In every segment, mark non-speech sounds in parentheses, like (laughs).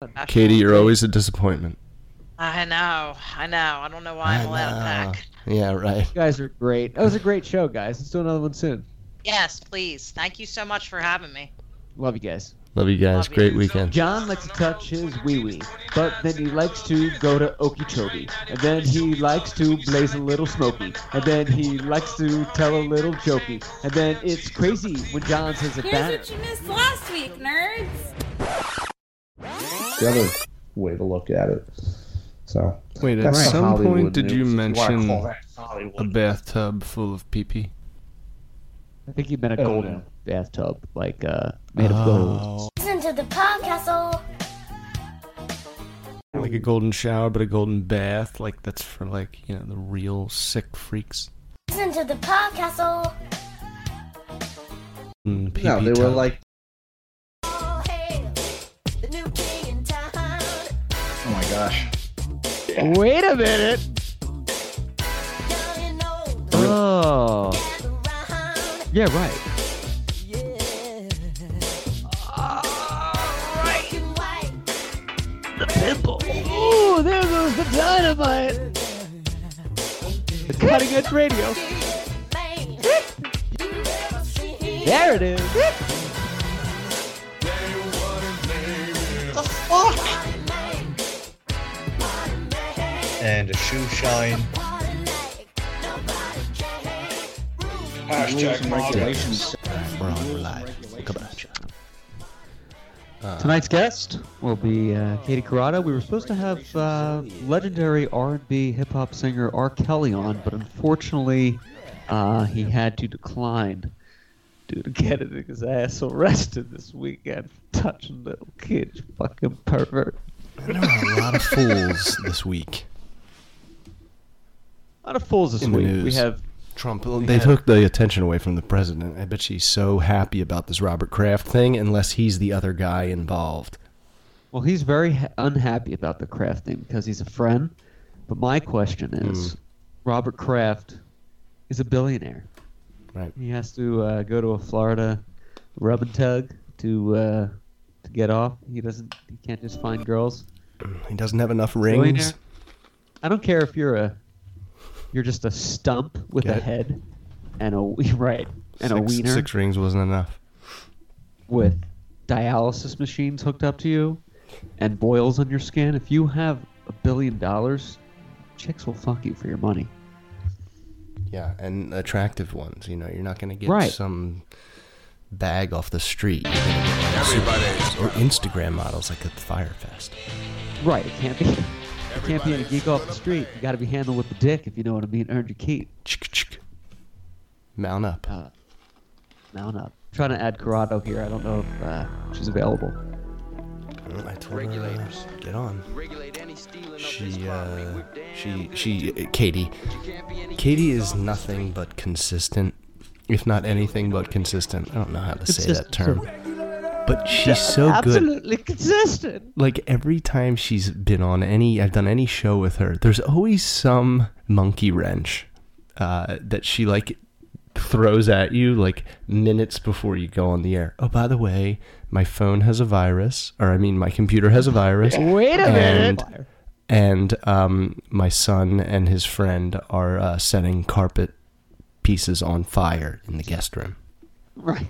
professional. Katie, you're always a disappointment. I know. I know. I don't know why I'm allowed back. Yeah, right. You guys are great. That was a great show, guys. Let's do another one soon. Yes, please. Thank you so much for having me. Love you guys. Love you guys. Love you. Great weekend. John likes to touch his wee wee, but then he likes to go to Okeechobee. And then he likes to blaze a little smoky. And then he likes to tell a little jokey. And then it's crazy when John says a Here's banner. what you missed last week, nerds. The other way to look at it. So Wait, at That's some Hollywood point did you news, if wanna mention call that a Hollywood. bathtub full of pee pee? I think he meant a Oh, golden no. bathtub, like uh, made of gold. Listen to the podcast. Like a golden shower, but a golden bath. Like that's for like you know the real sick freaks. Listen to the podcast. Mm, pee-pee No, they were tub. like, Oh, hey, the new king in town. oh my gosh, Oh. Wait a minute. Now you know Oh. the round. Yeah, right. Yeah. Alright, Black and white. the pimple. Ooh, there goes the dynamite. The cutting edge radio. Main. You never seen. There it is. and a shoe shine. hashtag regulations. We're on live. Come on. Uh, Tonight's guest will be uh, Katie Carrata. We were supposed to have uh, legendary R&B hip-hop singer R. Kelly on, but unfortunately, uh, he had to decline due to getting his ass arrested this weekend for touching little kids, fucking pervert. There were a lot of fools (laughs) this week. A lot of fools this In the week. We news. have Trump. They took the attention away from the president. I bet she's so happy about this Robert Kraft thing, unless he's the other guy involved. Well, he's very ha- unhappy about the Kraft thing because he's a friend. But my question Hmm. is, Robert Kraft is a billionaire. Right. He has to uh, go to a Florida rub and tug to uh, to get off. He doesn't. He can't just find girls. He doesn't have enough Billionaire. rings. I don't care if you're a you're just a stump with Get a it? head and a (laughs) right and a six, wiener six rings wasn't enough. with dialysis machines hooked up to you and boils on your skin, if you have a billion dollars, chicks will fuck you for your money. Yeah, and attractive ones. You know, you're not going to get Right. some bag off the street. You're gonna get like supermodels or Instagram models like at the Firefest. Right, it can't be. (laughs) It can't be any geek off the street. You got to be handled with the dick if you know what I mean. Earned your keep. Chick, chick. Mount up. Uh, mount up. trying to add Corrado here. I don't know if uh, she's available. Oh, Mm, I told Regulators. her, uh, get on. She, uh, she, she, uh, Katie. Katie is nothing but consistent, if not anything but consistent. I don't know how to say that term. But she's so good. Absolutely consistent. Like every time she's been on any, I've done any show with her, there's always some monkey wrench uh, that she like throws at you like minutes before you go on the air. Oh, by the way, my phone has a virus, or I mean, my computer has a virus. (laughs) Wait a And- minute. and um, my son and his friend are uh, setting carpet pieces on fire in the guest room. Right.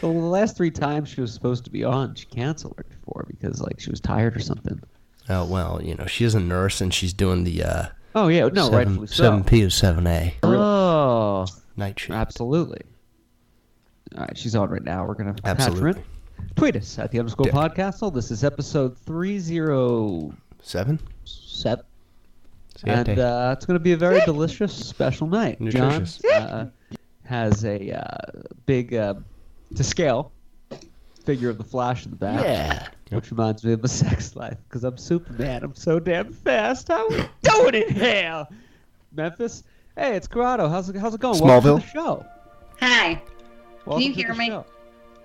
Well, the last three times she was supposed to be on, she canceled her before because like she was tired or something. Oh well, you know she is a nurse and she's doing the uh, Oh yeah, no, seven rightfully so. seven P or seven A Oh, night shift. absolutely. All right, she's on right now. We're gonna patch her in. Absolutely. Tweet us at the underscore podcastle. This is episode three zero Seven. seven, Siete. and uh, it's gonna be a very delicious special night. Nutritious. John uh, has a uh, big uh, to scale figure of the Flash in the back. yeah. Which reminds me of my (laughs) sex life, because I'm Superman. I'm so damn fast. How we (laughs) doing it here? Memphis? Hey, it's Corrado. How's it, how's it going? Welcome to the Smallville? show. Hi. Welcome you to hear the me? show.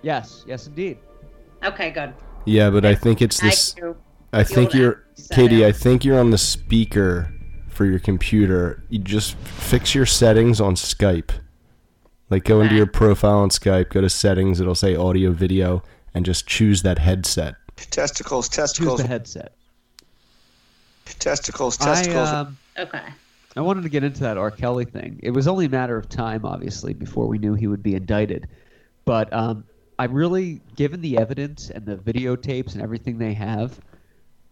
Yes, yes, indeed. Okay, good. Yeah, but I think it's this. I do. I think that you're set Katie. up. I think you're on the speaker for your computer. You just fix your settings on Skype. Like go into your profile on Skype, go to settings. It'll say audio, video, and just choose that headset. Testicles, Choose testicles, the headset. testicles, I, testicles. uh, um, Okay. I wanted to get into that R. Kelly thing. It was only a matter of time, obviously, before we knew he would be indicted. But um, I'm really, given the evidence and the videotapes and everything they have,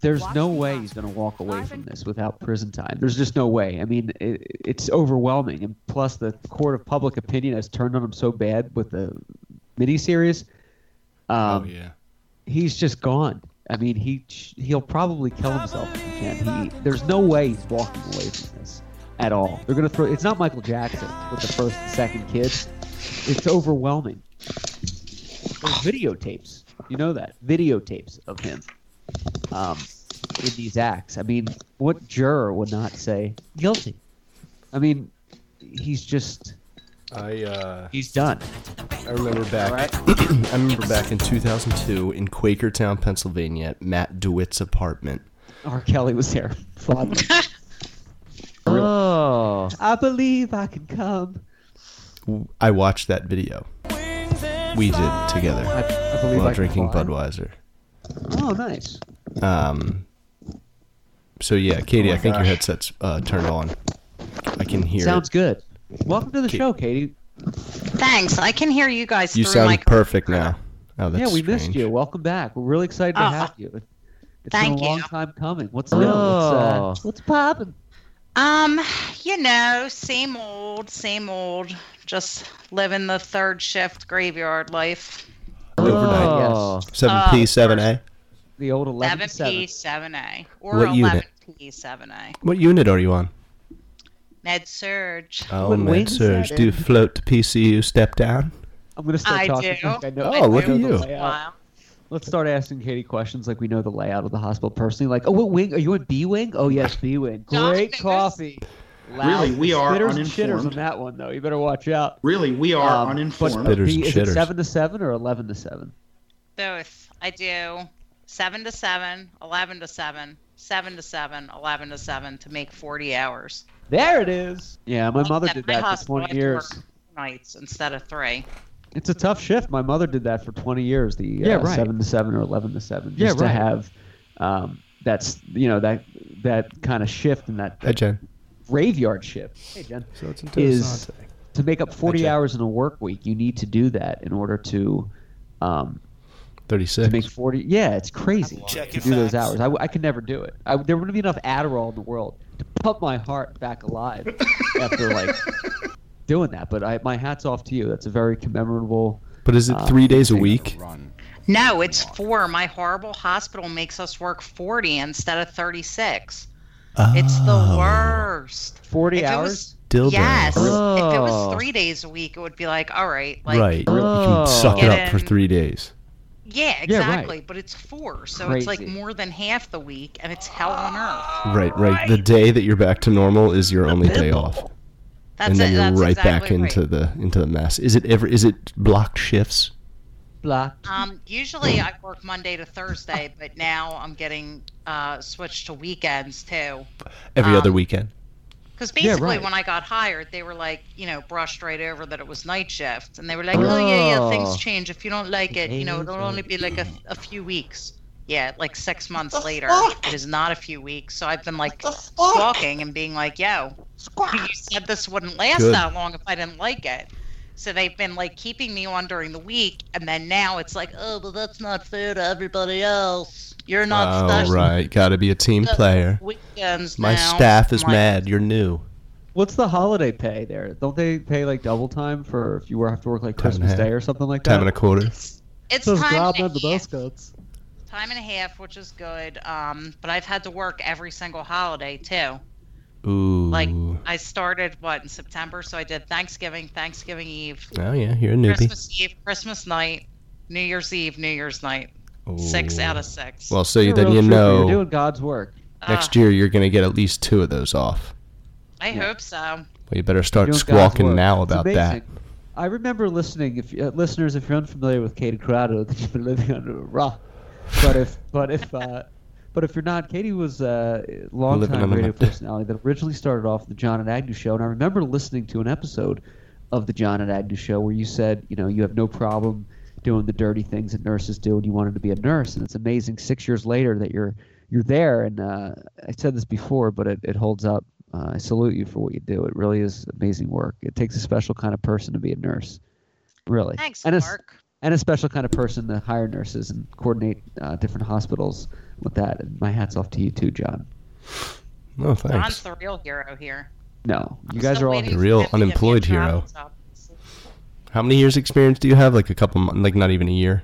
there's no way he's going to walk away from this without prison time. There's just no way. I mean, it, it's overwhelming. And plus, the court of public opinion has turned on him so bad with the miniseries. oh Um, yeah. he's just gone. I mean, he he'll probably kill himself if he can. He, there's no way he's walking away from this at all. They're gonna throw. It's not Michael Jackson with the first and second kid. It's overwhelming. There's videotapes. You know that videotapes of him um, in these acts. I mean, what juror would not say guilty? I mean, he's just I uh, he's done. I remember back. (clears throat) I remember back in 2002 in Quakertown, Pennsylvania, at Matt DeWitt's apartment. R. Kelly was there. Fondly. oh, I believe I can come. I watched that video. We did I, together I believe I while can drinking fly. Budweiser. Oh, nice. Um. So yeah, Katie, I think your headset's uh, turned on. I can hear. Sounds it. good. Welcome to the Ki- show, Katie. Thanks. I can hear you guys You through sound my. perfect now. Oh, that's yeah, we missed strange. you. Welcome back. We're really excited to Oh, have you. It's thank been a long you. time coming. What's new? What's, uh, what's poppin'? Um, you know, same old, same old. Just living the third shift graveyard life. Overnight. Oh, Seven Oh, P, seven A. the old 11 Seven to P, 7. seven A, or What eleven unit? P, seven A. What unit are you on? Med surge. Oh, What med wings is surge. that Do you in? float to PCU step down? I'm going to start I talking. do. like I know, Oh, I know look at the you. layout. Wow. Let's start asking Katie questions like we know the layout of the hospital personally. Like, oh, what wing? Are you in B wing? Oh, yes, B wing. Josh Great Fingers. coffee. Really, we are Spitters and shitters uninformed. on that one, though. You better watch out. Really, we are Um, uninformed. but- Spitters and B- is it shitters. 7 to 7 or 11 to 7? Both. I do. Seven to seven, 11 to seven, seven to seven, 11 to seven to make 40 hours. There it is. Yeah, my mother At did my that for hospital, I 20 have to years. work Nights instead of three. It's a tough shift. My mother did that for 20 years. The uh, Yeah, right. seven to seven or 11 to seven. Yeah, just To right. have um, that's you know that that kind of shift and that Hi, Jen. graveyard shift. Hey, Jen. So it's Is to make up 40 Jack. hours in a work week, you need to do that in order to um, to 36. make 40. Yeah, it's crazy Check to your do those facts. hours. I, w- I could never do it. I, there wouldn't be enough Adderall in the world to pump my heart back alive after like doing that. But I, my hat's off to you. That's a very commemorable. but is it uh, three days a week? No, it's four. My horrible hospital makes us work 40 instead of 36. It's the Oh, worst. 40 If it hours. was- Dildo. Yes. If it Oh. was three days a week, it would be like, all right, like, right. You can Oh. suck it up for Get in. three days. yeah, Yeah, right. exactly. But it's four, so it's like Crazy. more than half the week, and it's hell on earth. Right, right. The day that you're back to normal is your only day off. That's and then it. you're that's right exactly back into right. the into the mess. Is it ever is it blocked shifts? blocked. Um, usually I work Monday to Thursday, but now I'm getting uh, switched to weekends too. Every other Um, weekend. Because basically, right. when I got hired, they were like, you know, brushed right over that it was night shift, and they were like, oh yeah, yeah, Oh. things change. If you don't like it, you know, it'll Change, only be like a, a few weeks. Yeah, like six months later, it is not a few weeks. So I've been like squawking and being like, yo, you said this wouldn't last Good. that long if I didn't like it. So they've been like keeping me on during the week, and then now it's like, oh, well, that's not fair to everybody else. You're not oh, special. right. Got to be a team Uh, player. Weekends My now. staff is I'm like, mad. You're new. What's the holiday pay there? Don't they pay like double time for if you were have to work like Time and a Christmas half. Day or something like Time and a that? quarter. It's Says time Rob and had the a half. best cuts. Time and a half, which is good. Um, but I've had to work every single holiday too. Ooh. Like I started what in September, so I did Thanksgiving, Thanksgiving Eve, oh yeah, you're a newbie. Christmas Eve, Christmas night, New Year's Eve, New Year's night. Ooh. Six out of six. Well, so You're you a then real you trooper. know You're doing God's work. next Ugh, year you're gonna get at least two of those off. I hope so. Well, you better You're start doing God's squawking work. now It's about that. amazing. I remember listening. If uh, listeners, if you're unfamiliar with Katie Crowder, (laughs) then you've been living under a rock. But if but if uh, but if you're not, Katie was a longtime under radio (laughs) my- personality that originally started off the John and Agnew Show, and I remember listening to an episode of the John and Agnew Show where you said, you know, you have no problem doing the dirty things that nurses do, and you wanted to be a nurse. And it's amazing six years later that you're you're there. And uh, I said this before, but it, it holds up. Uh, I salute you for what you do. It really is amazing work. It takes a special kind of person to be a nurse, really. Thanks, and a s- Mark. and a special kind of person to hire nurses and coordinate uh, different hospitals with that. And my hat's off to you too, John. No, John's Oh, thanks. the real hero here. No, I'm you guys still are all waiting The for real him to get me in unemployed hero. trouble. How many years experience do you have? Like a couple months, like not even a (laughs) year.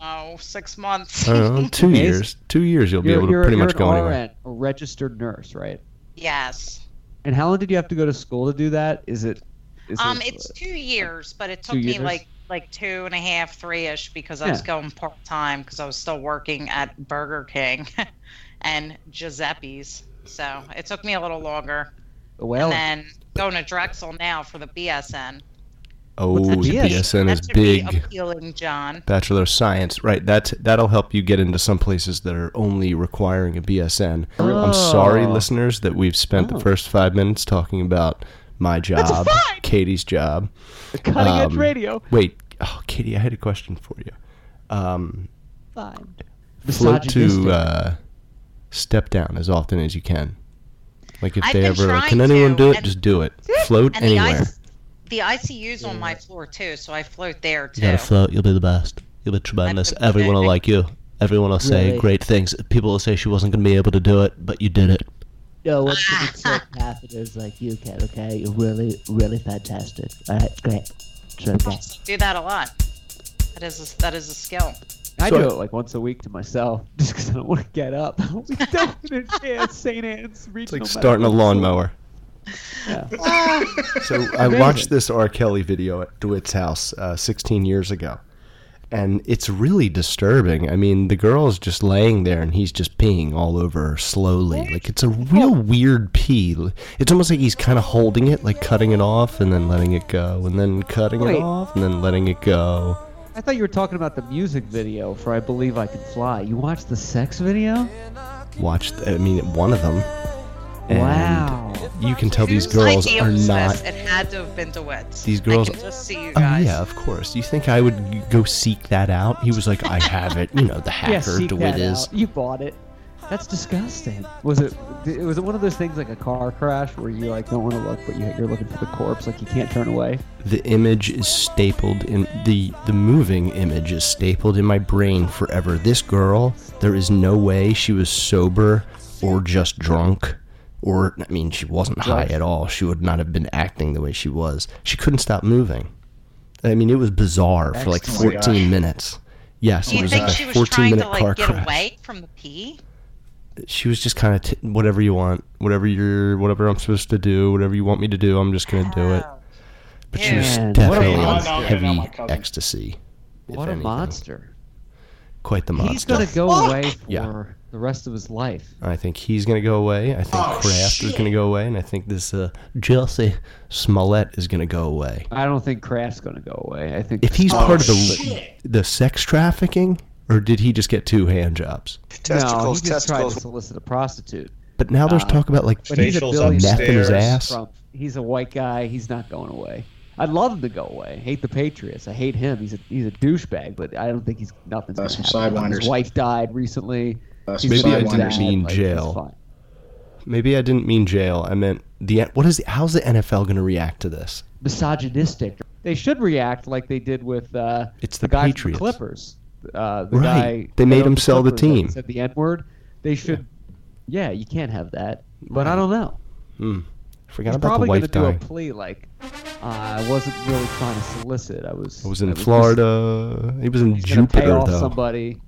Oh, six months. I don't know, two Amazing. years. Two years, you'll be you're, able to you're- pretty you're much an go RN, anywhere. a registered nurse, right? (laughs) yes. And how long did you have to go to school to do that? Is it? Is Um, it, it's two years, but it two took me years? like like two and a half, three ish because I was Yeah. going part time because I was still working at Burger King (laughs) and Giuseppe's. So it took me a little longer. a whale. And then going to Drexel now for the BSN. Oh, the that should be- BSN That is should be big. appealing, John. Bachelor of Science, right? That that'll help you get into some places that are only requiring a BSN. I'm sorry, Oh. listeners, that we've spent Oh. the first five minutes talking about my job, Katie's job. Cutting edge um, radio. Wait, oh, Katie, I had a question for you. Um, Fine. float to Misogynistic. uh, step down as often as you can. Like if I've they been ever, like, trying can anyone to, do it? and- (laughs) Just do it. Float And the anywhere. IC, the ICU's on my floor too, so I float there too. float. You'll be the best. You'll be tremendous. been Everyone will floating. like you. Everyone will say Really? great things. People will say she wasn't going to be able to do it, but you did it. No (laughs) one's gonna accept catheters like you can, okay? You're really, really fantastic. Alright, great. Sure, okay. do that a lot. That is a, that is a skill. I So- do it like once a week to myself, (laughs) just because I don't want to get up. (laughs) we (laughs) don't advance St. Anne's It's Regional. like starting a Medical lawnmower. School. Yeah. So I Amazing. watched this R. Kelly video at DeWitt's house uh, 16 years ago, and it's really disturbing. I mean, the girl's just laying there, and he's just peeing all over her slowly. Like it's a real weird pee. It's almost like he's kind of holding it, like cutting it off, and then letting it go, and then cutting Wait. it off, and then letting it go. I thought you were talking about the music video for "I Believe I Can Fly." You watched the sex video? watched I mean one of them. And Wow. You can tell these Whose girls idea are was not This? It had to have been DeWitt's. These girls- I can just see you Oh guys. yeah, of course. You think I would go seek that out? He was like, I have it. You know, the Yeah, hacker seek DeWitt that is. out. You bought it. That's disgusting. Was it? d- Was it one of those things like a car crash where you like don't want to look, but you, you're looking for the corpse, like you can't turn away? The image is stapled in the the moving image is stapled in my brain forever. This girl, there is no way she was sober or just drunk. Or I mean she wasn't high Drugs. at all. She would not have been acting the way she was. She couldn't stop moving. I mean it was bizarre for like Excellent. 14 minutes. Yes, Oh Do it you was think like she a was 14 trying to minute car like get crash. away from the pee? She was just kind of t- whatever you want, whatever you're, whatever I'm supposed to do, whatever you want me to do, I'm just gonna do it. But she was Man, what a definitely on monster. No, heavy no, my cousin. ecstasy. if What a anything. monster! Quite the He's monster. gonna go away for Yeah. the rest of his life. I think he's gonna go away. I think Oh, Kraft is gonna go away, and I think this uh, Jesse Smollett is gonna go away. I don't think Kraft's gonna go away. I think If he's part of the the sex trafficking, or did he just get two hand jobs? no, Testicles, he just tried to testicles. solicit a prostitute. But now there's Uh, talk about like But he's a Facials billionaire. meth in his upstairs. ass. Trump. He's a white guy. He's not going away. I'd love him to go away. I hate the Patriots. I hate him. He's a he's a douchebag. But I don't think he's nothing's Uh, gonna some happen. His sidewinders. wife died recently. Uh, He's Maybe not I didn't bad, sidewinders. mean like, jail. he's fine. Maybe I didn't mean jail. I meant the what is the, how's the NFL going to react to this? Misogynistic. They should react like they did with uh, It's the the guy from Patriots. the Clippers. Uh, the Right. guy They that made owned him sell the Clippers that team. Said the N word. They should. Yeah. you can't have that. But I don't know. Hmm. Forgot He's about the probably going to wife do a (laughs) dying. plea like, uh, I wasn't really trying to solicit. I was. I was in just- Florida. Uh, He was in He's gonna pay Jupiter off though. somebody.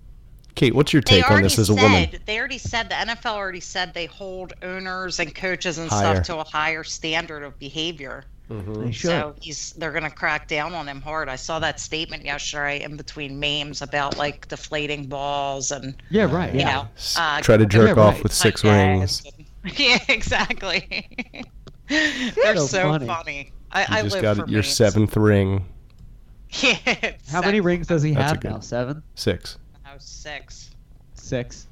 Kate, what's your They take on already this as a said woman? they already said the NFL already said they hold owners and coaches and Higher. stuff to a higher standard of behavior. They should. So he's they're gonna crack down on him hard. I saw that statement yesterday in between memes about like deflating balls and yeah, right. you Yeah. know uh, Try to they're jerk off right. with six Like, uh, rings. (laughs) yeah, exactly. They're So so, funny. funny. I, I You just live got for your memes. seventh ring. (laughs) Yeah, How many exactly. rings does he That's a have good- now? Seven, Six. Oh, six. six.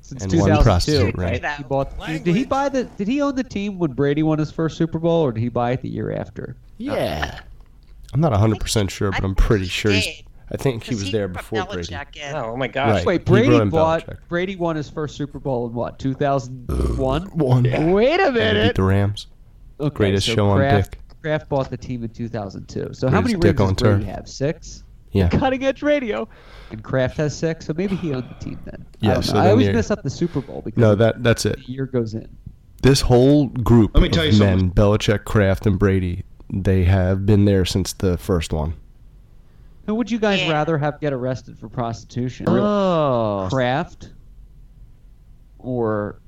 Since And one 2002, prostitute, right? He bought. Did he buy the? Did he own the team when Brady won his first Super Bowl, or did he buy it the year after? Yeah. I'm not 100% sure, but I'm pretty sure he's. Dead. I think he 'Cause was he there brought before Brady. Belichick in. Oh my gosh! Right. Wait, He Wait, Brady brought in bought Brady won his first Super Bowl in what? 2001? One. Wait a And they beat minute. the Rams. Okay, Greatest so show on Kraft, Dick. Kraft bought the team in 2002. So how Greatest many dick rings does on Brady turf. have? Six. Yeah. Cutting edge radio. And Kraft has six, so maybe he owned the team then. I, Yeah, don't so know. I then always you're- mess up the Super Bowl because No, that that's it. the year goes in. This whole group Let me of tell you men, something. Belichick, Kraft, and Brady, they have been there since the first one. Who would you guys rather have get arrested for prostitution? Oh. Kraft or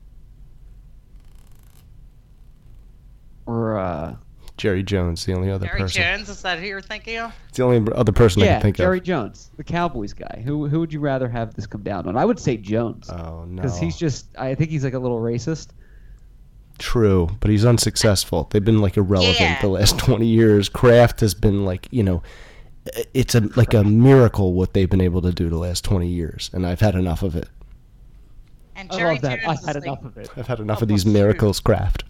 or uh, Jerry Jones, the only other Jerry person. Jones, is that who you're thinking of? It's the only other person I yeah, can think Jerry of. Jones, the Cowboys guy. Who who would you rather have this come down on? I would say Jones. Oh no. Because he's just, I think he's like a little racist. True, but he's unsuccessful. They've been like irrelevant the last (laughs) twenty years. Kraft has been like you know, it's a like a miracle what they've been able to do the last twenty years, and I've had enough of it. And I Jerry love that. Jones I've is had like- enough of it. I've had enough of these miracles, Kraft.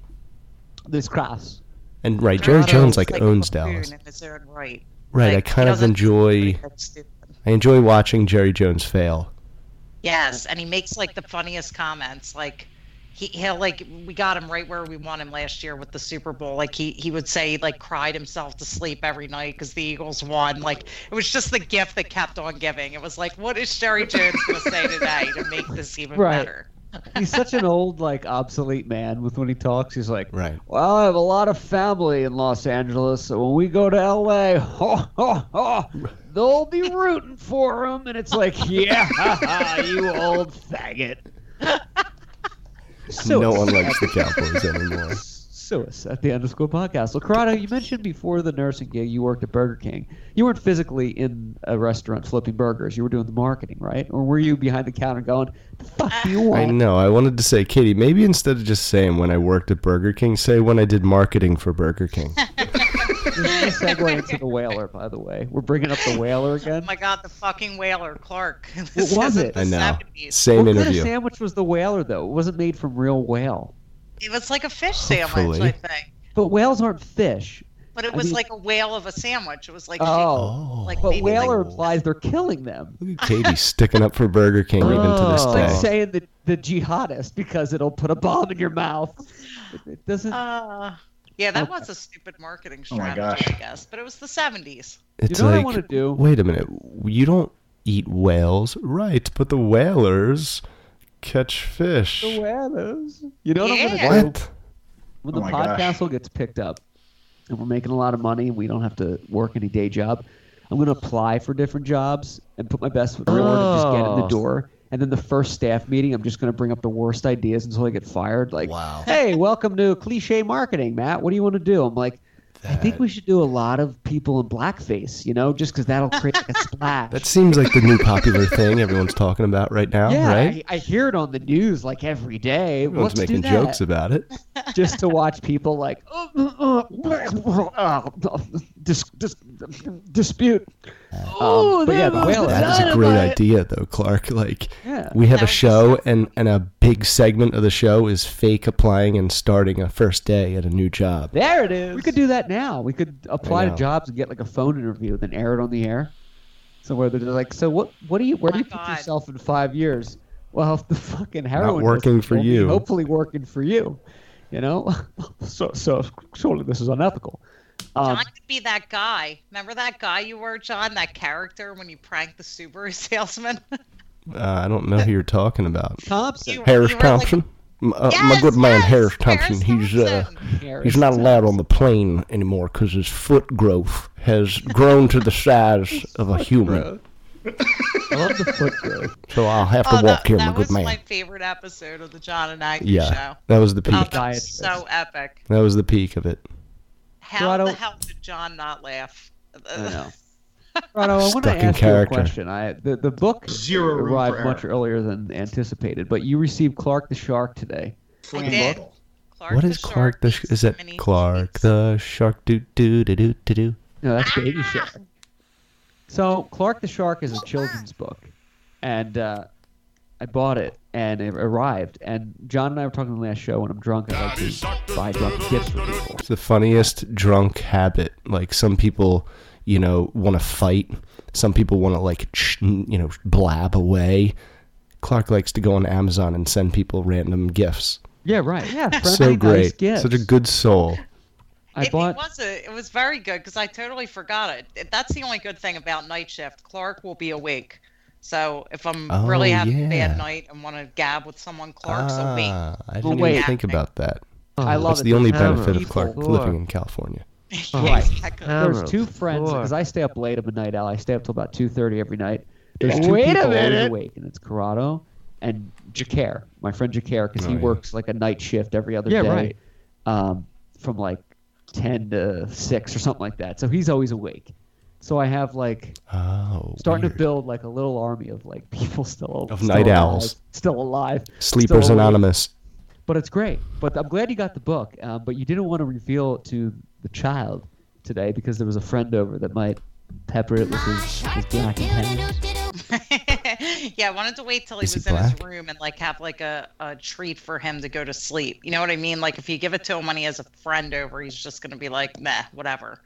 This (laughs) cross. And right, Jerry Toronto Jones is like a owns buffoon Dallas. in his own right. Right, Like, I he kind of doesn't- enjoy. that's stupid. I enjoy watching Jerry Jones fail. Yes, and he makes like the funniest comments. Like he he'll like we got him right where we want him last year with the Super Bowl. Like he he would say he, like cried himself to sleep every night because the Eagles won. Like it was just the gift that kept on giving. It was like what is Sherry Jones gonna say today to make this (laughs) even Right. better? he's such an old, like, obsolete man. With when he talks, he's like, right. Well, I have a lot of family in Los Angeles, so when we go to L.A., (laughs) ho, ho, ho, they'll be rooting for him. And it's like, (laughs) yeah, (laughs) ha, ha, you old faggot. So no one likes it's- the Cowboys (laughs) anymore. So it's at the end of school podcast. Lacrata, you mentioned before the nursing gig you worked at Burger King. You weren't physically in a restaurant flipping burgers. You were doing the marketing, right? Or were you behind the counter going, the fuck do you I want? know. I wanted to say, Katie, maybe instead of just saying when I worked at Burger King, say when I did marketing for Burger (laughs) King. This is a segue into the whaler, by the way. We're bringing up the (laughs) whaler Oh again. my God, the fucking whaler Clark. (laughs) What was it? I know. Same what kind interview. of sandwich was the whaler, though? It wasn't made from real whale. It was like a fish sandwich, Hopefully. I think. But whales aren't fish. But it I was mean- like a whale of a sandwich. It was like oh. like but maybe whaler like- implies they're killing them. Katie sticking up for Burger King even to this It's like day. saying the, the jihadist because it'll put a bomb in your mouth. It- It doesn't. Uh, yeah, that Okay. was a stupid marketing Oh my strategy, I guess. But it was the 70s. It's You know what I like, wanna do? wait a minute, you don't eat whales, right? But the whalers catch fish. the whalers. You know what I'm gonna do? What? Oh When the my gosh. podcast will gets picked up, and we're making a lot of money, and we don't have to work any day job, I'm gonna apply for different jobs and put my best foot forward and just get in Oh. the door. And then the first staff meeting, I'm just gonna bring up the worst ideas until I get fired. Like, wow. hey, welcome to cliche marketing, Matt. What do you want to do? I'm like. I think we should do a lot of people in blackface, you know, just because that'll (laughs) create like, a splash. That seems like the new popular thing everyone's talking about right now, Yeah, right? I, I hear it on the news like every day. Everyone's Let's do making that, jokes about it. just to watch people like (laughs) uh, uh, uh, uh, dis- dis- dispute. Oh, Um, but yeah, the whaler. That is a great idea, though, Clark. Like, Yeah. we have a show, and, and a big segment of the show is fake applying and starting a first day at a new job. There it is. We could do that now. We could apply to know. jobs and get like a phone interview, then air it on the air. So where they're just like, so what? What do you? Where do Oh you put yourself in five years? Well, if the fucking heroin doesn't working for kill me, you. Hopefully, working for you. You know, (laughs) so so surely this is unethical. Uh, Um, John could be that guy. Remember that guy you were, John? That character when you pranked the Subaru (laughs) salesman? Uh, I don't know who you're talking about. Thompson. You- Harris you were like- Thompson? M- uh, my good man, Harris Thompson. he's uh, Harris he's not allowed on the plane anymore because his foot growth has grown to the size of a human. I love the foot growth. So I'll have to Oh, walk that, here, my that good was man. my favorite episode of the John and Agnew Yeah, show. that was the Oh, peak. that was so epic. That was the peak of it. How Toronto- the hell did John not laugh? (laughs) I know. Rado, I want Stuck to in ask character. you a question. I, the, the book Zero room arrived for much earlier than anticipated, but you received Clark the Shark today. (laughs) I did. Clark what the is Clark the? Sh- is that many Clark the shark? Do do do do do do. No, that's Baby Shark. So Clark the Shark is a children's book, and uh, I bought it and it arrived. And John and I were talking on the last show when I'm drunk. I like to buy drunk gifts for people. It's the funniest drunk habit. Like some people, you know, want to fight. Some people want to like, ch- you know, blab away. Clark likes to go on Amazon and send people random gifts. Yeah, right. Yeah, friendly, so Nice great. gifts. Such a good soul. I it, it bought. was a, it was very good because I totally forgot it. It- That's the only good thing about night shift. Clark will be awake, so if I'm Oh, really having a yeah. bad night and want to gab with someone, Clark's awake. Ah, I didn't wait. even think about that. I Oh, That's love it. the only Hammer. benefit of People Clark who living are- in California. Right. (laughs) Exactly. There's Hammer two friends floor. because I stay up late. I'm a night owl. I stay up till about two thirty every night. There's Yeah. two Wait a people always minute. awake, and it's Corrado and Jacare, my friend Jacare, because Oh, he yeah. works like a night shift every other Yeah, day, right. um, from like ten to six or something like that. So he's always awake. So I have like oh, starting to build like a little army of like (laughs) people still Of still night alive, owls. still alive, Sleepers still awake Anonymous. but it's great. But I'm glad you got the book. Um, but you didn't want to reveal it to the child today because there was a friend over that might pepper it with his, his black and yeah, I wanted to wait till he Is he was in his room and like have like a, a treat for him to go to sleep. You know what I mean? Like if you give it to him when he has a friend over, he's just gonna be like, meh, whatever,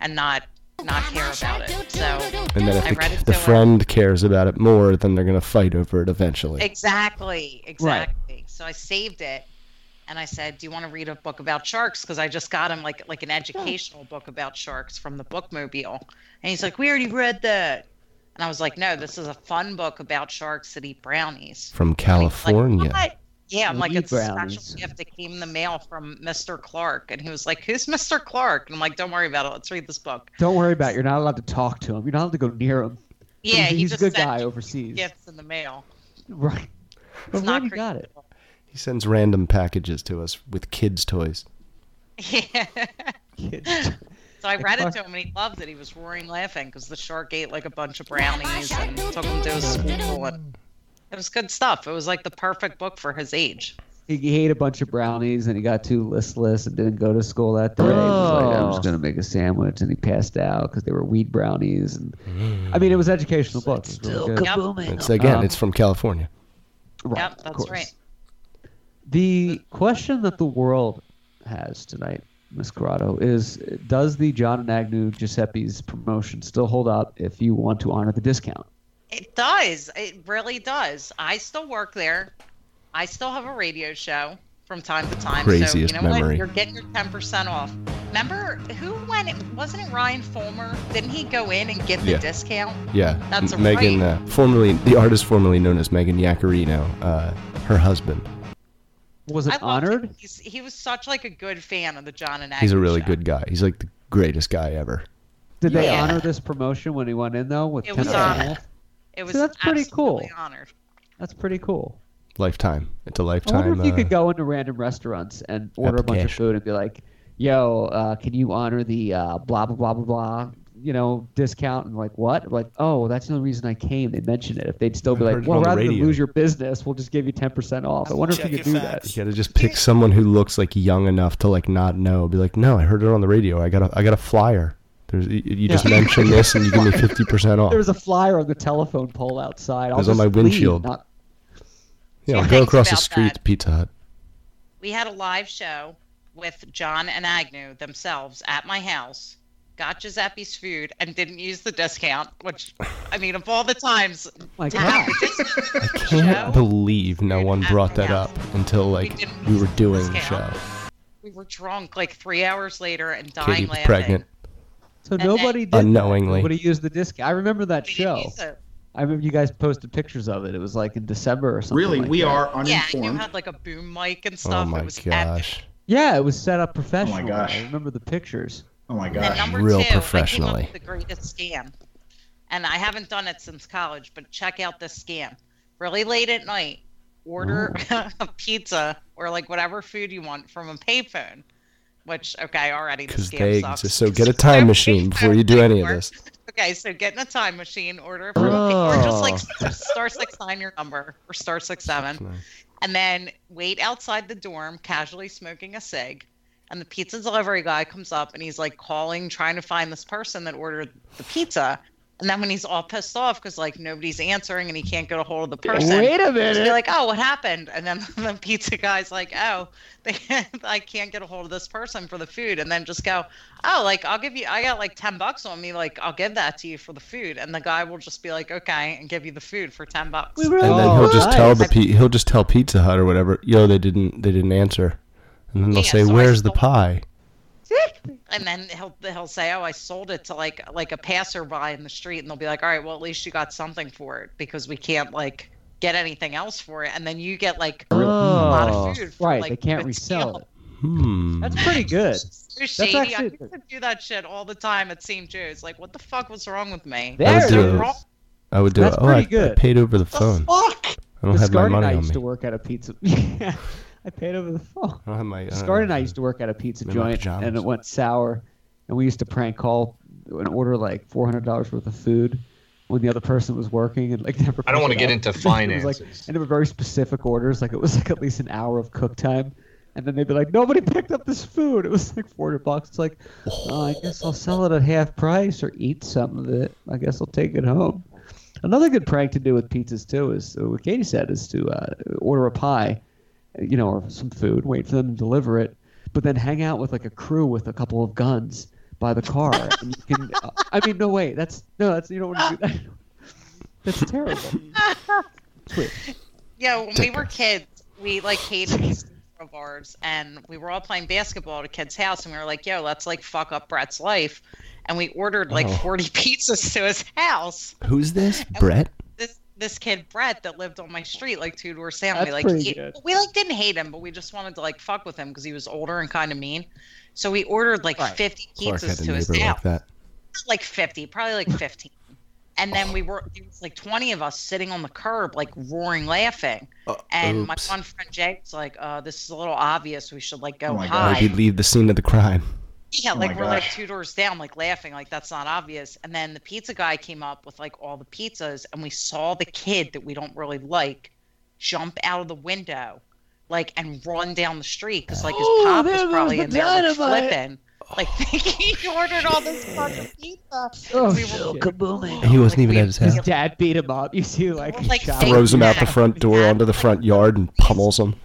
and not not care about it. So And then I read if it the, the to him. friend cares about it more, then they're going to fight over it eventually. Exactly, exactly. So I saved it, and I said, "Do you want to read a book about sharks?" Because I just got him like like an educational book about sharks from the bookmobile, and he's like, "We already read that." And I was like, "No, this is a fun book about sharks that eat brownies." From California. What? Yeah, I'm like, Eat it's a brownies. special gift that came in the mail from Mr. Clark. And he was like, Who's Mr. Clark? And I'm like, Don't worry about it. Let's read this book. Don't worry about it. You're not allowed to talk to him. You're not allowed to go near him. Yeah, (laughs) he's he a just good sent guy me overseas. Gifts in the mail. (laughs) Right. It's not crazy. Got (laughs) it. He sends random packages to us with kids' toys. (laughs) Yeah. so I The read it Clark- to him and he loved it. He was roaring laughing because the shark ate like a bunch of brownies and took him to his school. And it was good stuff. It was like the perfect book for his age. He, he ate a bunch of brownies and he got too listless and didn't go to school that day. He was like, I'm Oh. just gonna make a sandwich, and he passed out because they were wheat brownies. And I mean, it was an educational book. It was really Still good. kabooming. It's again, Um, it's from California. Right, Yep, of that's course. right. The question that the world has tonight, Miss Corrado, is does the John and Agnew Giuseppe's promotion still hold up if you want to honor the discount? It does. It really does. I still work there. I still have a radio show from time to time. so you Craziest know what? memory. You're getting your ten percent off. Remember who went? Wasn't it Ryan Fulmer? Didn't he go in and get the Yeah. discount? Yeah, That's M- Megan, right. uh, formerly the artist formerly known as Megan Yacarino, uh, her husband. Was I it loved honored? him. He's, he was such like a good fan of the John and Agnes. He's a really good guy. He's like the greatest guy ever. Did they Yeah. honor this promotion when he went in though? With It was 10% honored. off? It was So that's pretty absolutely cool. Honored. That's pretty cool. Lifetime. It's a I lifetime. wonder if you uh, could go into random restaurants and order a bunch of application. food and be like, "Yo, uh, can you honor the uh, blah blah blah blah blah?" You know, discount and like what? Like, oh, that's the only reason I came. They mentioned it. If they'd still be I like, heard it well, on the rather than radio." lose your business, we'll just give you ten percent off. I wonder if you could do that. You gotta just pick someone who looks like young enough to like not know. Be like, no, I heard it on the radio. I got a, I got a flyer. There's, you, you just Yeah. mention this and you (laughs) give me fifty percent off. There was a flyer on the telephone pole outside. I'll It was on just my leave, windshield. not- yeah, I'll Two go things across the about street to Pizza Hut. we had a live show with John and Agnew themselves at my house. Got Giuseppe's food and didn't use the discount, which I mean, of all the times, Like to how? have a discount, I can't uh, believe no one brought that yeah. up until like didn't we were doing the show. discount. we were drunk like three hours later and dying Katie was laughing. pregnant. So nobody did that. Unknowingly. Nobody used the discount. I remember that show. So, I remember you guys posted pictures of it. It was like in December or something. Oh Really, like we that. are yeah, Agnew uninformed. had like a boom mic and stuff. oh my it was gosh. Yeah, it was set up professionally. Oh gosh. I remember the pictures. Oh my And gosh. number Real two, I came up professionally. with the greatest scam. And I haven't done it since college, but check out this scam. Really late at night, order (laughs) a pizza or like whatever food you want from a payphone. Which okay, already the Because scam they sucks. exist. (laughs) So get a time machine before you do any of this. Okay, so get in a time machine, order from a pay- or just like star six nine your number or star six seven, and then wait outside the dorm, casually smoking a cig. And the pizza delivery guy comes up and he's like calling, trying to find this person that ordered the pizza. And then when he's all pissed off because like nobody's answering and he can't get a hold of the person. Wait a he's (laughs) minute. like, oh, what happened? And then (laughs) the pizza guy's like, oh, (laughs) they I can't get a hold of this person for the food. And then just go, oh, like I'll give you, I got like ten bucks on me, like I'll give that to you for the food. And the guy will just be like, okay, and give you the food for ten bucks. Oh, and then he'll just tell the pe- he'll just tell Pizza Hut or whatever, yo, they didn't they didn't answer, and then they'll Yeah, say, so I where's the pie? and then he'll he'll say, "Oh, I sold it to like like a passerby in the street," and they'll be like, "All right, well at least you got something for it because we can't like get anything else for it." And then you get like a lot Oh, of food. For, right, like, they can't good resell deal. it. Hmm. That's pretty good. So That's shady. I actually- used to do that shit all the time at St. Joe's. Like, what the fuck was wrong with me? I would Is there do it. wrong- I would do That's it. Oh, I, pretty I good. paid over the phone. I don't have my Scardi and money I on used me. to work at a pizza. (laughs) Yeah, I paid over the phone. I don't have my. I Scardi don't have uh, and I used to work at a pizza my joint, pajamas. and it went sour. And we used to prank call and order like four hundred dollars worth of food when the other person was working, and like (laughs) never. I don't picked wanna it get up. into It was, like, finances. and they were very specific orders. Like it was like at least an hour of cook time. And then they'd be like, nobody picked up this food. It was like 400 bucks. It's like, oh, I guess I'll sell it at half price or eat some of it. I guess I'll take it home. Another good prank to do with pizzas, too, is uh, what Katie said, is to uh, order a pie, you know, or some food, wait for them to deliver it, but then hang out with like a crew with a couple of guns by the car. and you can, uh, I mean, no, wait. That's, no, that's, you don't want to do that. (laughs) That's terrible. It's weird. Yeah, when we were kids, we like hated these of ours, and we were all playing basketball at a kid's house, and we were like, "Yo, let's like fuck up Brett's life," and we ordered like Oh. forty (laughs) pizzas to his house. Who's this? Oh, Brett? This this kid Brett that lived on my street, like two doors down, we That's like pretty hate- good. we like didn't hate him, but we just wanted to like fuck with him because he was older and kind of mean. So we ordered like fifty Clark had pizzas a to his neighbor house like that. like 50, probably like 15. And then we were, there was like 20 of us sitting on the curb, like roaring laughing. Uh, and my oops. one friend Jake was like, uh, this is a little obvious. We should like go Oh my hide. Maybe leave the scene of the crime. Yeah, Oh like my we're like gosh. two doors down, like laughing, like that's not obvious. And then the pizza guy came up with like all the pizzas, and we saw the kid that we don't really like jump out of the window, like and run down the street because like his Oh, pop there was goes probably the in there like, dynamite. flipping, like (laughs) thinking he ordered all this fucking pizza. Oh, we were And he wasn't even at his house. His dad beat him up. You see, like, Like, shot fake Throws him out the back. front door onto the front yard and pummels him.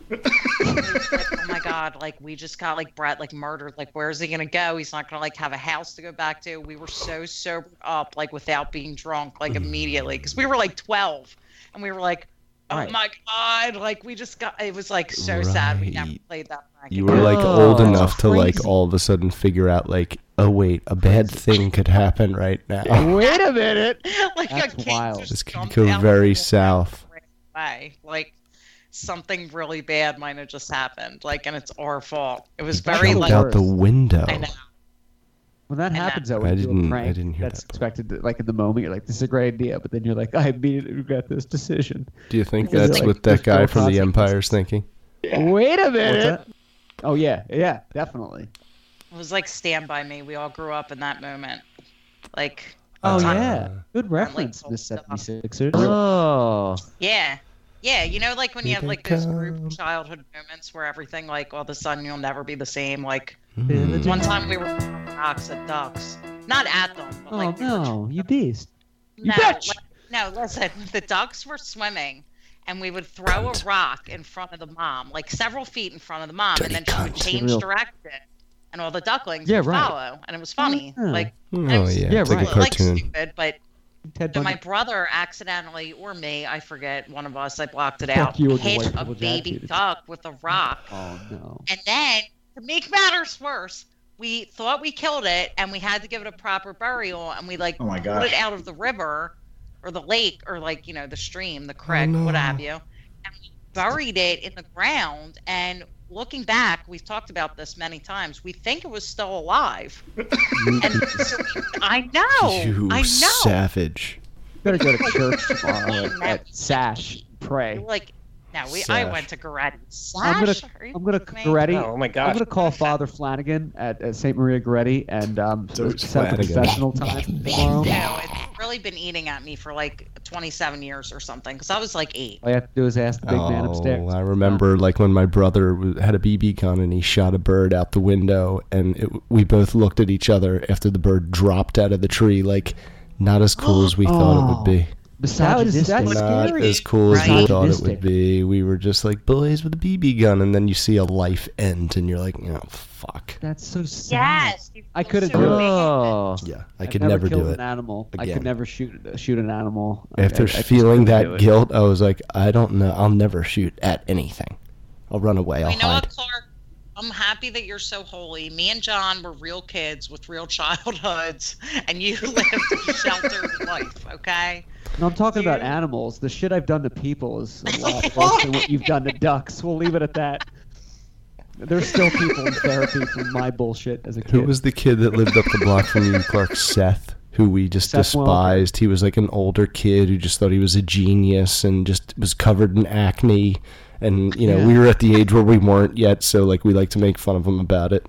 oh my god like we just got like brett like murdered like where's he gonna go he's not gonna like have a house to go back to we were so sobered up like without being drunk like Mm-hmm. immediately because we were like 12 and we were like oh Right. my god like we just got it was like so sad we never played that back You were like Oh, old that's enough to like crazy. all of a sudden figure out like, oh wait, a bad thing could happen right now. Wait a minute. (laughs) like That's a kid wild. just This could jumped go out very south. way like something really bad might have just happened like and it's our fault it was That's very the like worst. Out the window. I know. When that happens, though, I when you do didn't- a prank, I didn't hear that's expected. To, like in the moment, you're like, "This is a great idea," but then you're like, "I immediately regret this decision." Do you Is think it that's like what that there's no guy from The consequences? Empire's thinking? Wait a minute. Oh yeah, yeah, definitely. It was like Stand By Me. We all grew up in that moment. Like, Oh Uh, yeah, good reference, the 76ers. Oh. yeah. Yeah, you know, like when you Here have they like those come. group childhood moments where everything, like, all of a sudden you'll never be the same. Like, Mm. one time we were rocks at Ducks. Not at them, but Oh like, we were no, you beast. (laughs) No, bitch! li- no, listen. (laughs) The ducks were swimming, and we would throw a rock in front of the mom, like several feet in front of the mom, and then she would change Real- direction, and all the ducklings Yeah, would right. follow, and it was funny. Yeah. Like, Oh it was yeah, Yeah, it's like a cool, like, cartoon. stupid, but Ted so Bundy. my brother accidentally, or me, I forget, one of us, I blocked it Fuck out, you and your hit white a people baby jackets. duck with a rock. Oh no. And then, to make matters worse, we thought we killed it and we had to give it a proper burial and we like Oh my put it gosh. out of the river or the lake or like, you know, the stream, the creek, no. what have you. And we buried it in the ground. And looking back, we've talked about this many times. We think it was still alive. and so we- I know. you I know. savage. Better go to church tomorrow (laughs) at, Matt. at Sash. Pray. You're like, no, we, I Sash. went to Goretti. I'm gonna, Sash? Are you I'm gonna kidding me? Goretti. Oh my I'm gosh. gonna call Father Flanagan at, at St. Maria Goretti and um, Dude, set up a Flanagan. confessional time tomorrow. No, it's really been eating at me for like 27 years or something because I was like eight. All you have to do is ask the big man Oh, upstairs. I remember like when my brother w- had a BB gun and he shot a bird out the window, and it, we both looked at each other after the bird dropped out of the tree, like Not as cool (gasps) as we thought it would be. That was- that's not scary. as cool as we Right. thought it would Misogynistic. be. We were just like boys with a BB gun, and then you see a life end, and you're like, oh fuck. That's so sad. Yes. I couldn't so do it. Oh. big. Yeah, I I've could never never, do killed it an animal. I again. could never shoot shoot an animal. I- After I- I just feeling couldn't do that it. guilt, I was like, I don't know. I'll never shoot at anything. I'll run away. I'll You know hide. what, Clark? I'm happy that you're so holy. Me and John were real kids with real (laughs) childhoods, and you (laughs) lived a sheltered life, okay? No, I'm talking about animals. The shit I've done to people is (laughs) a lot worse than what you've done to ducks. We'll leave it at that. There's still people in therapy for my bullshit as a kid. Who was the kid that lived up the block from you, Clark? Seth, who we just Seth Wilder. despised. He was like an older kid who just thought he was a genius and just was covered in acne. And you know, we Yeah. were at the age where we weren't yet, so like we like to make fun of him about it.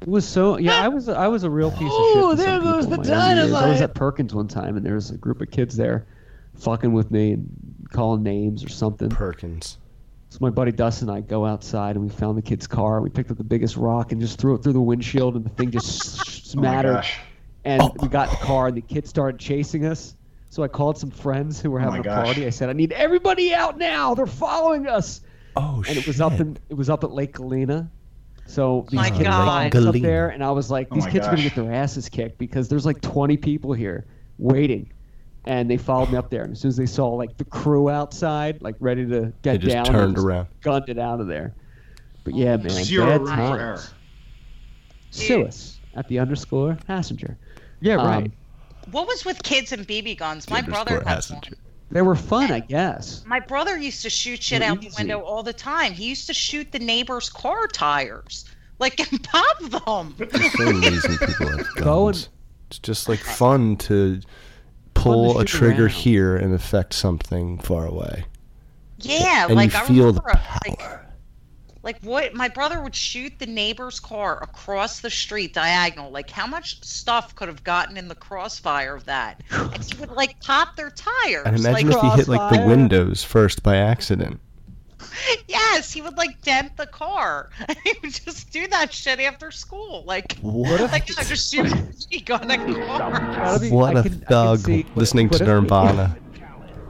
It was so yeah. I was I was a real piece Ooh, of shit. to some there goes people the in my younger years. I was dynamite. at Perkins one time, and there was a group of kids there, fucking with me and calling names or something. Perkins. So my buddy Dustin and I go outside, and we found the kid's car. and We picked up the biggest rock and just threw it through the windshield, and the thing Oh just Oh smattered. gosh. and Oh. we got in the car, and the kid started chasing us. So I called some friends who were having Oh my a gosh. party. I said, "I need everybody out now. They're following us." (laughs) Oh And it was up in it was up at Lake Galena. So these My kids were God. all up Galena. there, and I was like, Oh "These my kids are gonna gosh. get their asses kicked because there's like 20 people here waiting." And they followed me up there, and as soon as they saw like the crew outside, like ready to get They just down, turned just (laughs) around. gunned it out of there. But yeah, man, Oh, Zero bad room for times. error. Sue us at the underscore passenger. Um, Yeah, right. What was with kids and BB guns? My brother had one. they were fun, I guess. My brother used to shoot shit They're out the easy. window all the time. He used to shoot the neighbor's car tires, like (laughs) and pop them. The same reason people have Go guns. It's just like fun to pull a shoot trigger around. here and affect something far away. Yeah, And like you I feel the remember, uh, like, like what my brother would shoot the neighbor's car across the street diagonal. Like how much stuff could have gotten in the crossfire of (sighs) that? And he would like pop their tires. And imagine like, if he hit like the crossfire. windows first by accident. (laughs) Yes, he would like dent the car. (laughs) he would just do that shit after school. Like What if- Like I just shoot a (laughs) BB gun at cars. Gotta be- What I a can- I can thug see- listening what to if- Nirvana. (laughs)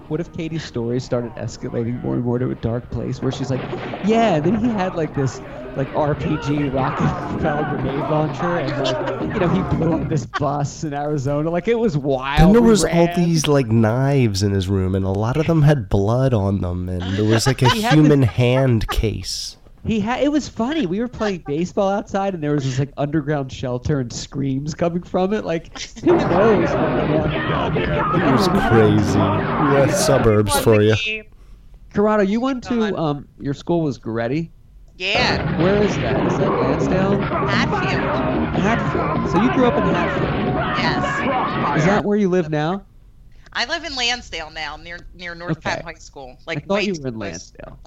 What if Katie's story started escalating more and more to a dark place where she's like, yeah, and then he had like this like RPG rocket (laughs) propelled grenade launcher and like you know, he blew up this bus in Arizona. Like it was wild. And there We was all ran. these like knives in his room, and a lot of them had blood on them, and there was like a (laughs) He had human hand case. He had it was funny. We were playing baseball outside and there was this like underground shelter and screams coming from it. Like who knows? It was crazy. Yeah, suburbs for you. Corrado, you went to um your school was Goretti. Yeah, Where is that? Is that Lansdale? Hatfield. Hatfield. So you grew up in Hatfield. Yes, Is that where you live now? I live in Lansdale now, near near North Okay. Penn High School. I Like thought way you too were in close. Lansdale.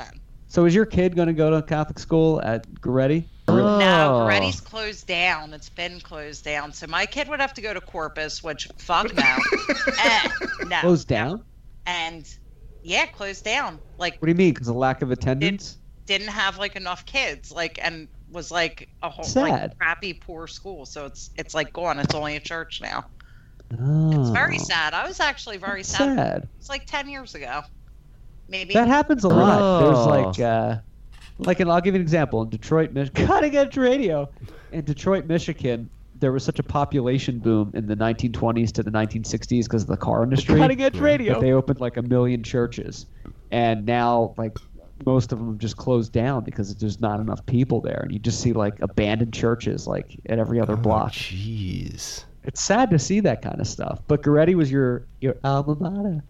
So is your kid going to go to Catholic school at Goretti? Oh. No, Reddy's closed down. It's been closed down. So my kid would have to go to Corpus, which fuck (laughs) no. Eh, no. Closed down? And yeah, closed down. Like What do you mean? Because of lack of attendance? didn't have like enough kids. Like and was like a whole Sad. like crappy poor school. So it's it's like gone. It's only a church now. Oh. It's very sad. I was actually very sad. Sad. It's like ten years ago. Maybe That happens a lot. Oh. There's like, uh, like, and I'll give you an example. In Detroit, Michigan, (laughs) God, against radio. In Detroit, Michigan, there was such a population boom in the 1920s to the 1960s because of the car industry. Cutting edge radio. That they opened like a million churches, and now like most of them just closed down because there's not enough people there, and you just see like abandoned churches like at every other block. Jeez. It's sad to see that kind of stuff. But Goretti was your your alma mater.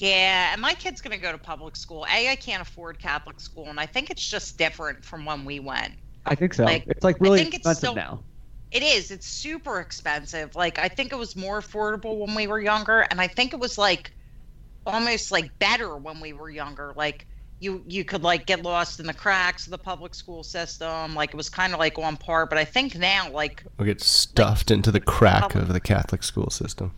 Yeah, and my kid's gonna go to public school. A, I can't afford Catholic school, and I think it's just different from when we went. I think so. Like, it's like I really think it's expensive still- now. It is. It's super expensive. Like I think it was more affordable when we were younger, and I think it was like almost like better when we were younger. Like you you could like get lost in the cracks of the public school system. Like it was kind of like on par. But I think now, like Or get stuffed into the crack of the Catholic school system.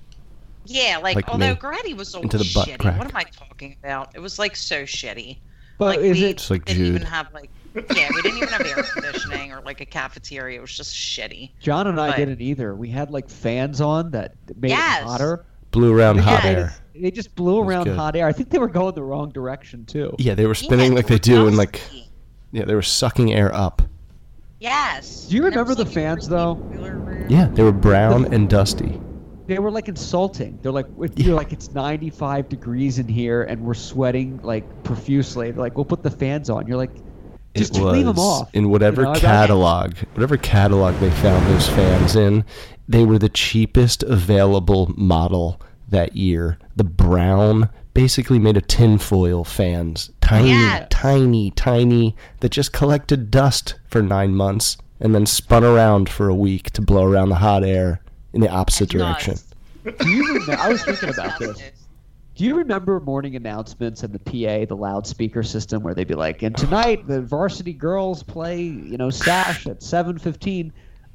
yeah, like, Like me. although Grady was always Into the butt shitty. crack. What am I talking about? It was like so shitty. But like is we it It's like didn't even Jude. have like yeah, we didn't even have air conditioning or like a cafeteria. It was just shitty. John and I But- didn't either. We had like fans on that made Yes. it hotter. Blew around They hot just- air. They just blew around good. hot air. I think they were going the wrong direction too. Yeah, they were spinning like they do, and like, yeah, they were sucking air up. Yes. Do you remember the fans though? Yeah, they were brown and dusty. They were like insulting. They're like, "We're- you're like, it's 95 degrees in here, and we're sweating like profusely. They're like, we'll put the fans on. You're like, just it was leave them off. in whatever You know, I got- catalog, whatever catalog they found those fans in. They were the cheapest available model that year. The brown, basically made of tinfoil fans, tiny, Yes. tiny, tiny, that just collected dust for nine months and then spun around for a week to blow around the hot air in the opposite direction. Do you remember? I was thinking about this. Do you remember morning announcements and the PA, the loudspeaker system, where they'd be like, "And tonight the varsity girls play, you know, Sash at 7:15."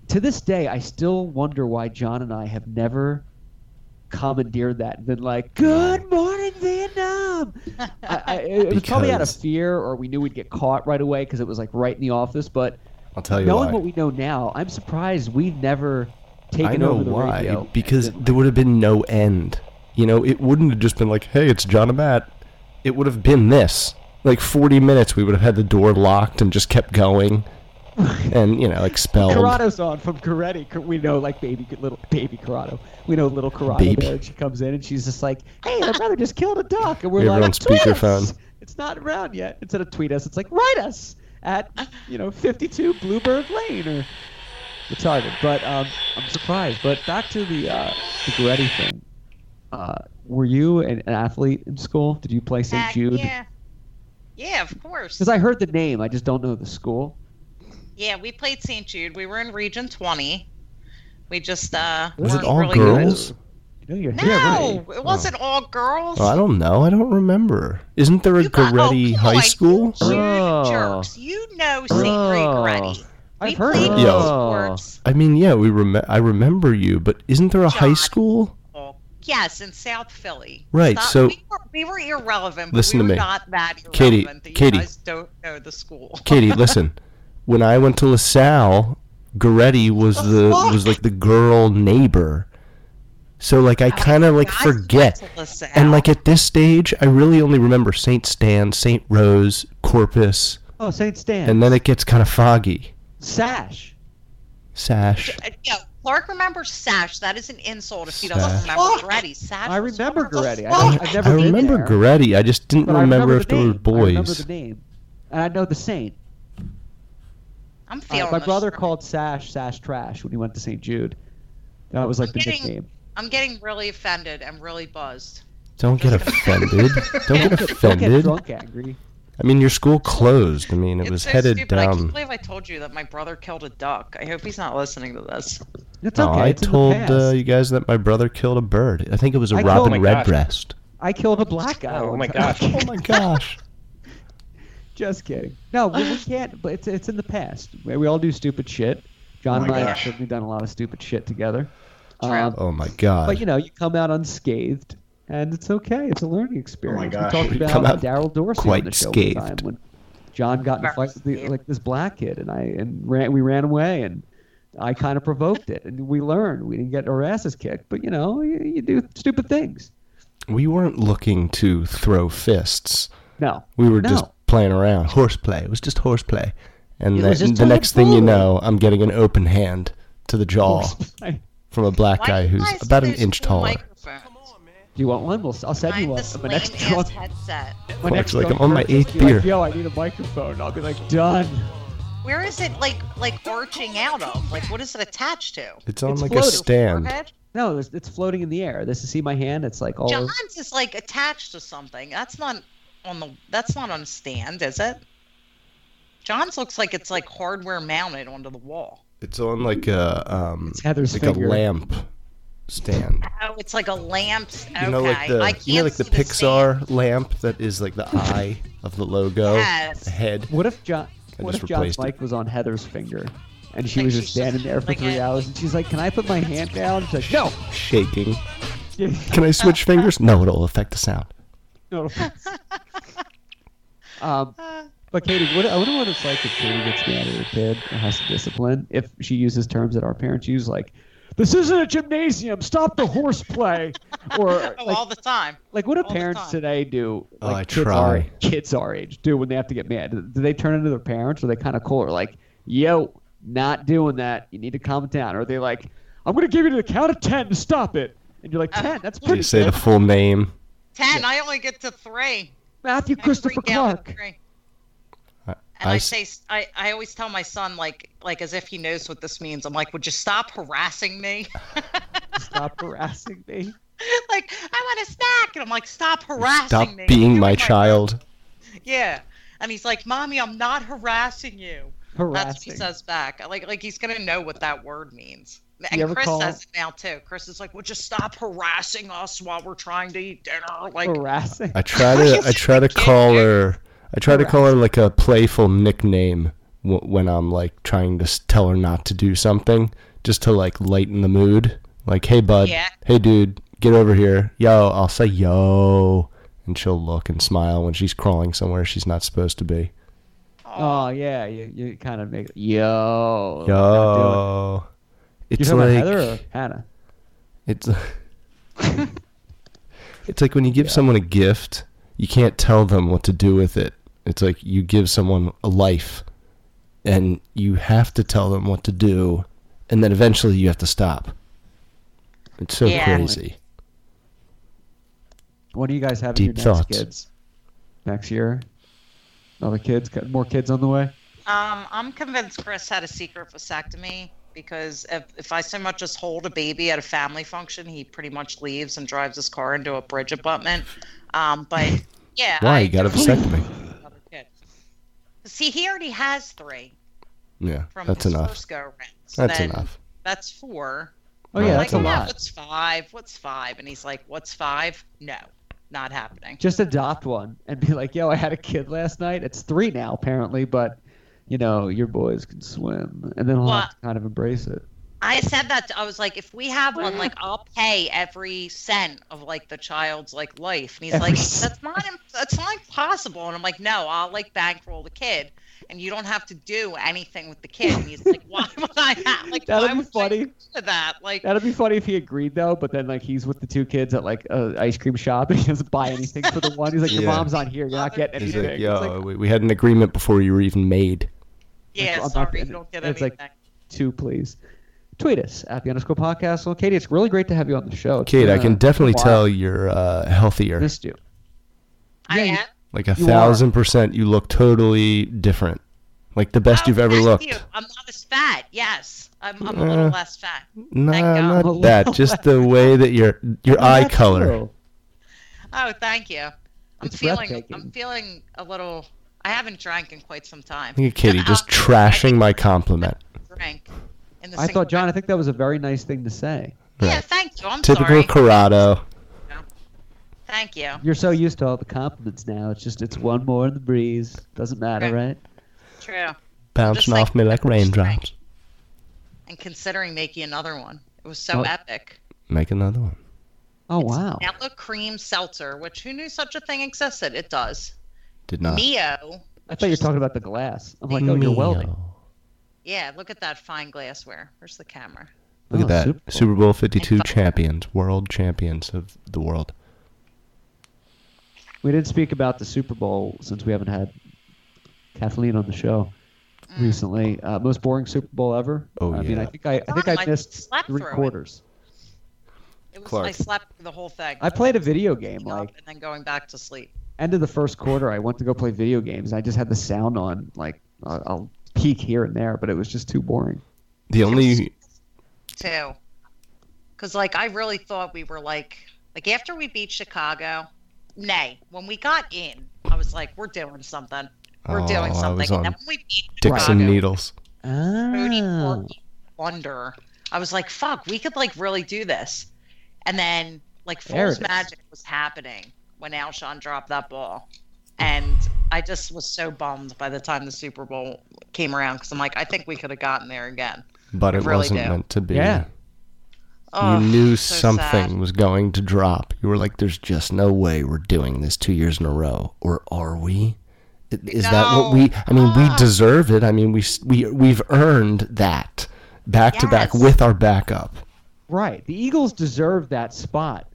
To this day, I still wonder why John and I have never commandeered that and been like, "Good morning, Vietnam." I, I, it was probably out of Because- fear, or we knew we'd get caught right away because it was like right in the office. But I'll tell you knowing why. what we know now, I'm surprised we've never taken I know over the why. radio. Because there would have been no end. You know, it wouldn't have just been like, "Hey, it's John and Matt." It would have been this. Like 40 minutes, we would have had the door locked and just kept going, and you know, expelled. Corrado's on from Coretti. Cor- We know like baby little baby Corrado. We know little Corrado Baby. there, and she comes in and she's just like, "Hey, my brother just killed a duck," and we're We have her like, on "Tweet speakerphone." us!" It's not around yet. Instead of tweet us, it's like write us at you know 52 Bluebird Lane or retarded. But um, I'm surprised. But back to the uh, the Coretti thing. Uh, were you an, an athlete in school? Did you play St. Heck Jude? Yeah. Yeah, of course. Because I heard the name, I just don't know the school. Yeah, we played St. Jude. We were in Region 20. We just uh Was it weren't all really girls? You know, you're Good. here, right? No, it wasn't all girls. Well, Oh, I don't know. I don't remember. Isn't there a Goretti oh, High boy, School? you jerks. You know St. Gregoretti. I've We heard played of those Yeah. sports. I mean, yeah, we rem- I remember you, but isn't there a high school? Yes, in South Philly. Right, Stop- so- we were, we were irrelevant. but Listen we to were me. Not that irrelevant. Katie, that you Katie. guys don't know the school. Katie, (laughs) listen. When I went to LaSalle, Goretti was the was like the girl neighbor. So like I kind of like forget. LaSalle. And like at this stage, I really only remember St. Stan, St. Rose, Corpus, Oh, St. Stan. and then it gets kind of foggy. Sash. Sash. Uh, yeah, Clark remembers Sash. That is an insult if he doesn't Sash. remember Goretti. Sash. I remember Goretti. I, fuck? I've I never been remember there, Goretti. I just didn't but I remember, if the there were name. I remember boys. the name, and I know the saint. I'm Uh, feeling my this. brother called Sash Sash Trash when he went to St. Jude. That was like the Kidding. nickname. I'm getting really offended and really buzzed. (laughs) Don't get offended. Don't get Don't get offended. drunk, angry. I mean, your school closed. I mean, it was so headed stupid. I can't down. believe I told you that my brother killed a duck. I hope he's not listening to this. It's No, okay. I it's in the told past. uh, you guys that my brother killed a bird. I think it was a I killed- robin Oh my gosh. redbreast. I killed a black guy. Oh one (laughs) my time. gosh. (laughs) Oh my gosh. Just kidding. No, we, we can't. But it's it's in the past. We, we all do stupid shit. John Oh, and I have certainly done a lot of stupid shit together. Um, Oh my god. But you know, you come out unscathed, and it's okay. It's a learning experience. gosh. We talked You about come out Daryl Dorsey quite on the show scathed. one time when John got in a fight with the, like this black kid, and I and ran, we ran away, and I kind of provoked it, and we learned. We didn't get our asses kicked, but you know, you, you do stupid things. we weren't looking to throw fists. No, We were No. (laughs) just playing around. Horseplay. It was just horseplay. And It the, was just the next thing you horseplay. know, I'm getting an open hand to the jaw do from a black Why guy do you who's guys about an use inch two taller. microphones? you want one? We'll, I'll send you Find one. this But lame My next ass headset. my Fuck, next like, drunk I'm on my person eighth will be beer. Like, Yo, I need a microphone. I'll be like, done. Where is it like like arching out of? Like what is it attached to? It's on It's like floating. a stand. Forehead? No, it's, it's floating in the air. This is see my hand. It's like all. John's is like attached to something. That's not on the. That's not on a stand, is it? John's looks like it's like hardware mounted onto the wall. It's on like a um It's Heather's like finger. a lamp stand. Oh, it's like a lamp. s- Okay, You know like I the can't you know like the see the Pixar lamp that is like the eye of the logo, Yes. the head. What if John? I What just if John's replaced it. mic was on Heather's finger, and she Like, was she's just standing just there for like three a- hours, and she's like, "Can I put my hand down?" She's like, "No." Shaking. (laughs) Can I switch fingers? No, it'll affect the sound. (laughs) (laughs) No offense. um, but Katie, what, I wonder what it's like if Katie gets mad at her kid and has to discipline if she uses terms that our parents use, like "This isn't a gymnasium. Stop the horseplay." or (laughs) Oh, like, all the time. like what do All the parents time. today do? Oh, Like I kids our, try. kids our age do when they have to get mad. Do they turn into their parents, or they kind of cooler? Like, yo, not doing that. You need to calm down. Or are they like, I'm gonna give you the count of ten to stop it. And you're like, Uh, ten. That's Do pretty. you say the good." full name? Ten. I only get to three. Matthew I Christopher freak out at Clark. three. I, And I, I s- say, I, I always tell my son, like, like as if he knows what this means. I'm like, would you stop harassing me? (laughs) Stop harassing me. like, I want a snack, and I'm like, stop harassing stop me. being You're my child. Yeah. And he's like, mommy, I'm not harassing you. That's what he Harassing. says back. Like, like he's gonna know what that word means. And ever Chris call- says it now too. Chris is like, would you stop harassing us while we're trying to eat dinner? Like, harassing. I try (laughs) to I try to call her I try to call her like a playful nickname w- when I'm like trying to s- tell her not to do something just to like lighten the mood. Like, "Hey bud. Yeah. Hey dude, get over here. Yo." I'll say, "Yo." And she'll look and smile when she's crawling somewhere she's not supposed to be. Oh yeah, you, you kind of make yo. I'm not Yo. doing it. oh. It's You're talking like about Heather or Hannah. It's (laughs) it's like when you give someone a gift, you can't tell them what to do with it. It's like you give someone a life, and you have to tell them what to do, and then eventually you have to stop. It's so Yeah. crazy. When are you guys having Deep your next thoughts. kids? Next year? Other kids? Got More kids on the way? Oh, um, I'm convinced Chris had a secret vasectomy because if, if I so much as hold a baby at a family function, he pretty much leaves and drives his car into a bridge abutment. Um, but yeah, Why I you got a definitely- vasectomy? another kid. See, he already has three Yeah, from that's his enough. first go round. So That's then enough. That's four. Oh yeah, I'm that's a like, "Yeah, lot. What's five? What's five? And he's like, what's five? No, not happening. Just adopt one and be like, yo, I had a kid last night. It's three now apparently, but you know your boys can swim, and then I'll have to kind of embrace it. I said that to- I was like, if we have one, (laughs) like I'll pay every cent of like the child's like life. And he's Every like, cent. that's not im- that's not possible. And I'm like, no, I'll like bankroll the kid, and you don't have to do anything with the kid. And he's like, why (laughs) would I have like That'd why be would funny. I do that? Like, That'd be funny if he agreed though, but then like he's with the two kids at like a ice cream shop and he doesn't buy anything for the one. He's like, your Yeah. mom's on here, you're not getting It's anything. like, It's yo, we, we had an agreement before you were even made. yeah, I'm not sorry, you getting- don't get it's anything. like- two, please. Tweet us at the underscore podcast. Well, Katie, it's really great to have you on the show. It's Kate, been I a- can definitely a while. tell you're uh, healthier. Missed you. I am. Like a You are. thousand percent, you look totally different. Like the best you've ever Oh, Thank looked. you. I'm not as fat. Yes, I'm, I'm a Uh, little less fat. Nah, God. not that. Just the way that your your Oh, eye that's color. true. Oh, thank you. I'm It's feeling. breathtaking. I'm feeling a little. I haven't drank in quite some time. Look at Katie (laughs) just (laughs) Um, trashing my compliment. Drank. In the I single- thought, John, I think that was a very nice thing to say. Yeah, Right. thank you. I'm Typical sorry. Corrado. Thank you. You're so used to all the compliments now. It's just it's one more in the breeze. Doesn't matter, right? True. Bouncing like- off me like raindrops. And considering making another one, it was so Oh. epic. Make another one. Oh wow. Yellow cream seltzer, which who knew such a thing existed? It does. Did not. Neo. I thought you were talking about the glass. I'm like, oh, you're welding. Meow. Yeah, look at that fine glassware. Where's the camera? Look Oh, at that. Super Super Bowl. Bowl, 52 champions, world champions of the world. We didn't speak about the Super Bowl since we haven't had Kathleen on the show Mm. recently. Uh, most boring Super Bowl ever. Oh, I mean, yeah. I think I, I think Tom, I I missed slept three through it. quarters. It was. I Clark. slept through the whole thing. I played a video game waking up like and then going back to sleep. end of the first quarter, I went to go play video games. I just had the sound on, like a I'll peek here and there, but it was just too boring. The only too. Because, like, I really thought we were like, like after we beat Chicago, nay, when we got in, I was like, we're doing something. We're Oh, I doing was something. on And then when we beat Dixon Chicago, Needles. Rudy Ah. Forky Wonder, I was like, fuck, we could, like, really do this. And then, like, There Fool's it is. Magic was happening when Alshon dropped that ball. And I just was so bummed by the time the Super Bowl came around because I'm like, I think we could have gotten there again. But it really wasn't do. meant to be. Yeah. Oh, you knew so something sad. was going to drop. You were like, "There's just no way we're doing this two years in a row, or are we? I- Is that what No. Ah. we? I mean, we deserve it. I mean, we s- we we've earned that back to back Yes. with our backup. Right. The Eagles deserve that spot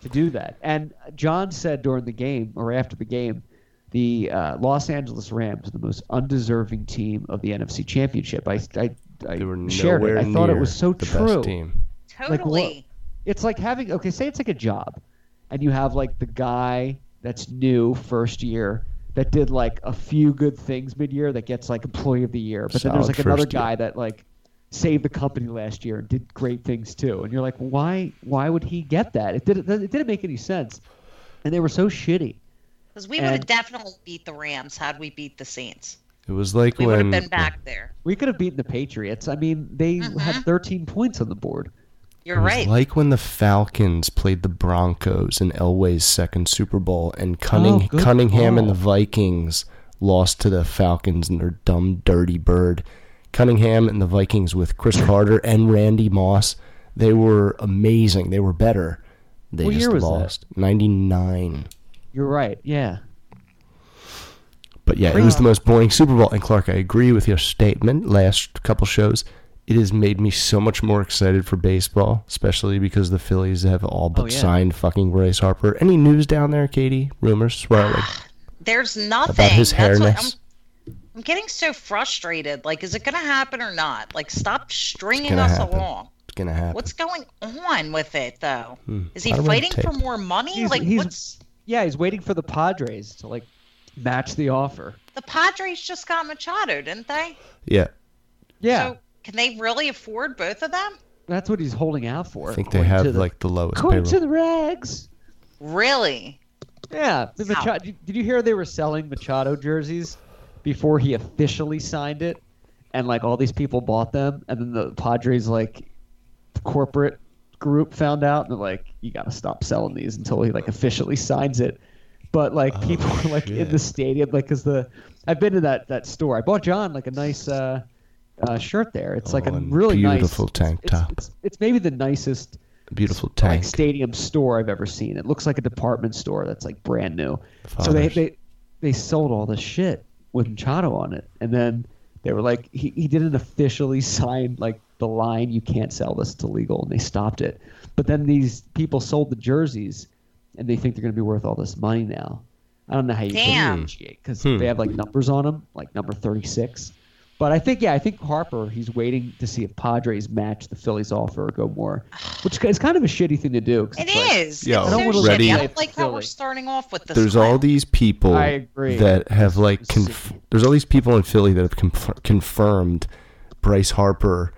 to do that. And John said during the game or after the game, the uh, Los Angeles Rams are the most undeserving team of the NFC Championship. I, I, I They were shared it. nowhere I thought it near was so the best true. team. Like, Totally. what- it's like having okay, say it's like a job, and you have like the guy that's new first year that did like a few good things mid year that gets like employee of the year, but then there's Solid like another first year. guy that like saved the company last year and did great things too, and you're like, why why would he get that? It didn't it didn't make any sense, and they were so shitty. Because we would have And- definitely beat the Rams had we beat the Saints. It was like We would have been back there. we could have beaten the Patriots. I mean, they had 13 points on the board. You're It was right. Like when the Falcons played the Broncos in Elway's second Super Bowl, and Cunning, Oh, good Cunningham and call. the Vikings lost to the Falcons and their dumb, dirty bird. Cunningham and the Vikings with Chris Carter and Randy Moss, they were amazing. They were better. They What just year was that? lost. 99. You're right. Yeah. But yeah, it was the most boring Super Bowl. And Clark, I agree with your statement. Last couple shows, it has made me so much more excited for baseball, especially because the Phillies have all but Oh, yeah. signed fucking Bryce Harper. Any news down there, Katie? (sighs) Rumors, swirling There's nothing. about his That's what I'm, hairness. I'm getting so frustrated. Like, is it going to happen or not? Like, stop stringing gonna us happen. along. It's gonna happen. What's going on with it, though? Hmm. Is he Lot of red fighting for tape. more money? He's- like, he's- what's Yeah, he's waiting for the Padres to like match the offer. the Padres just got Machado, didn't they? yeah, Yeah, So can they really afford both of them? that's what he's holding out for. I think they according have to the- like the lowest according payroll. to the regs. Really? Yeah, the Machado, did you hear they were selling Machado jerseys before he officially signed it, and like all these people bought them, and then the Padres like corporate group found out, and they're like, you gotta stop selling these until he like officially signs it. But like Oh, people were like in the stadium, like because the I've been to that that store. I bought John like a nice uh, uh, shirt there. It's like a really Oh, beautiful nice, tank top, It's, it's maybe the nicest beautiful like tank. stadium store I've ever seen. It looks like a department store that's like brand new. So they, Fathers. they they sold all the shit with Machado on it, and then they were like, he, he didn't officially (laughs) sign like the line you can't sell this it's illegal, and they stopped it. But then these people sold the jerseys, and they think they're going to be worth all this money now. I don't know how you Damn. differentiate because Hmm. they have like numbers on them, like number thirty six. But I think, yeah, I think Harper, he's waiting to see if Padres match the Phillies offer or go more, which is kind of a shitty thing to do. 'cause It it's like- is. Yo, it's so ready- shitty. ready- I don't like how we're starting off with this. there's all these people I agree. that have like conf- there's all these people in Philly that have conf- confirmed Bryce Harper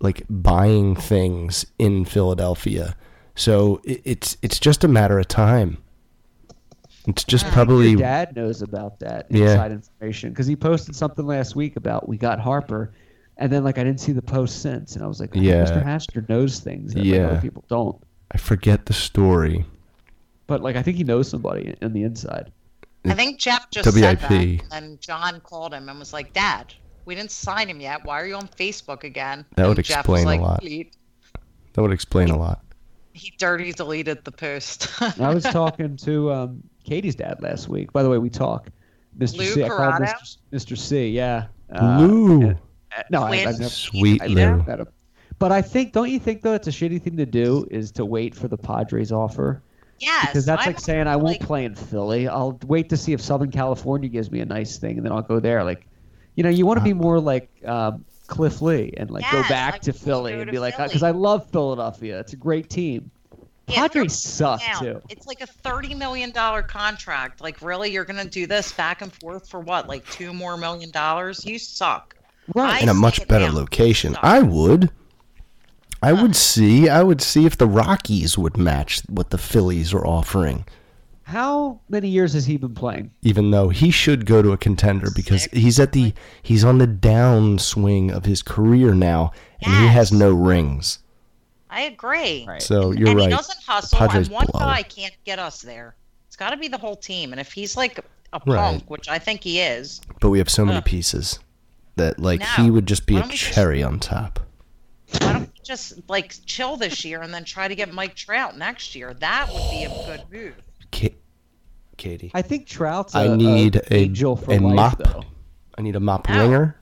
like buying things in Philadelphia. So it, it's it's just a matter of time. It's just probably Your dad knows about that Yeah. inside information because he posted something last week about we got Harper, and then like I didn't see the post since, and I was like, oh, Yeah. Mr. Haster knows things that like, Yeah. other people don't. I forget the story. But like I think he knows somebody on the inside. I think Jeff just WIP. said that, and John called him and was like, "Dad, we didn't sign him yet. Why are you on Facebook again?" That would And Jeff explain was a like, lot. "Delete." That would explain a lot. He dirty deleted the post. (laughs) And I was talking to um, Katie's dad last week. By the way, we talk. Mr. Lou C, I called Corrado? Mr. Mr. C. Yeah. Lou. Uh, No, I, Quinn. I've never, Sweet I've never Lou. met him. But I think, don't you think though, it's a shitty thing to do is to wait for the Padres offer yes, because that's I'm like saying I won't play in Philly. I'll wait to see if Southern California gives me a nice thing, and then I'll go there. Like, you know, you want to Uh, be more like um, Cliff Lee and like go Yeah, back like, to Philly go and to be like, Philly. because I love Philadelphia. It's a great team. Yeah, if you're Padres suck down, too. It's like a thirty million dollar contract. Like, really, you're gonna do this back and forth for what? Like two more million dollars? You suck. I Right. in a say much it better now. location. I would. I would see. I would see if the Rockies would match what the Phillies are offering. How many years has he been playing? even though he should go to a contender because he's at the he's on the downswing of his career now and he has no rings. I agree. So you're and right. he doesn't hustle, Padres and one blow guy it. can't get us there. It's got to be the whole team. And if he's like a Right. punk, which I think he is, But we have so many pieces that like he No. would just be Why a don't we just- cherry on top. just like chill this year and then try to get Mike Trout next year. That would be a good move. Ka- Katie, I think Trout's. I a- need a, a angel for a life, mop. though. Oh, I need a mop ringer.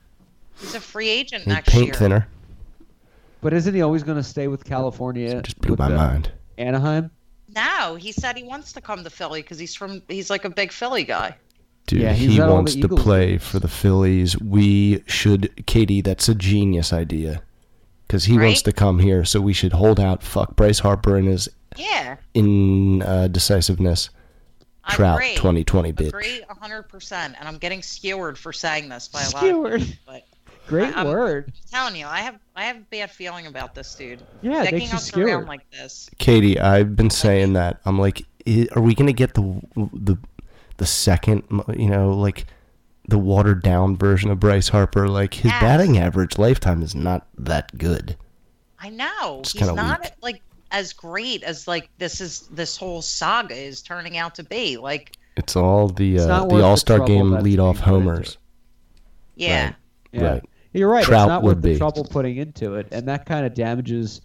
He's a free agent I need next paint year. thinner. But isn't he always going to stay with California? Just blew my mind. Anaheim. No, he said he wants to come to Philly because he's from he's like a big Philly guy. Dude, Yeah, he's he not on wants the to Eagles play for the Phillies. We should, Katie. That's a genius idea, because he wants Right? to come here. So we should hold out. Fuck Bryce Harper and his Yeah. in uh, decisiveness. Trout, Agree. twenty twenty, bitch. Agree, hundred percent. And I'm getting skewered for saying this by a lot. Of people, Stewart. but (laughs) Great I'm- word. I'm telling you, I have I have a bad feeling about this dude. Yeah, it Sticking makes you us around skewered. like this. Katie, I've been saying that. I'm like, i are we gonna get the the the second, you know, like the watered down version of Bryce Harper? Like his Yeah. batting average lifetime is not that good. I know It's he's kinda not weak. like as great as like this is this whole saga is turning out to be. Like, It's all the uh, not the worth the All Star trouble Game that's leadoff homers. yeah, Yeah. Right. You're right. Trout it's not would worth the be. trouble putting into it, and that kind of damages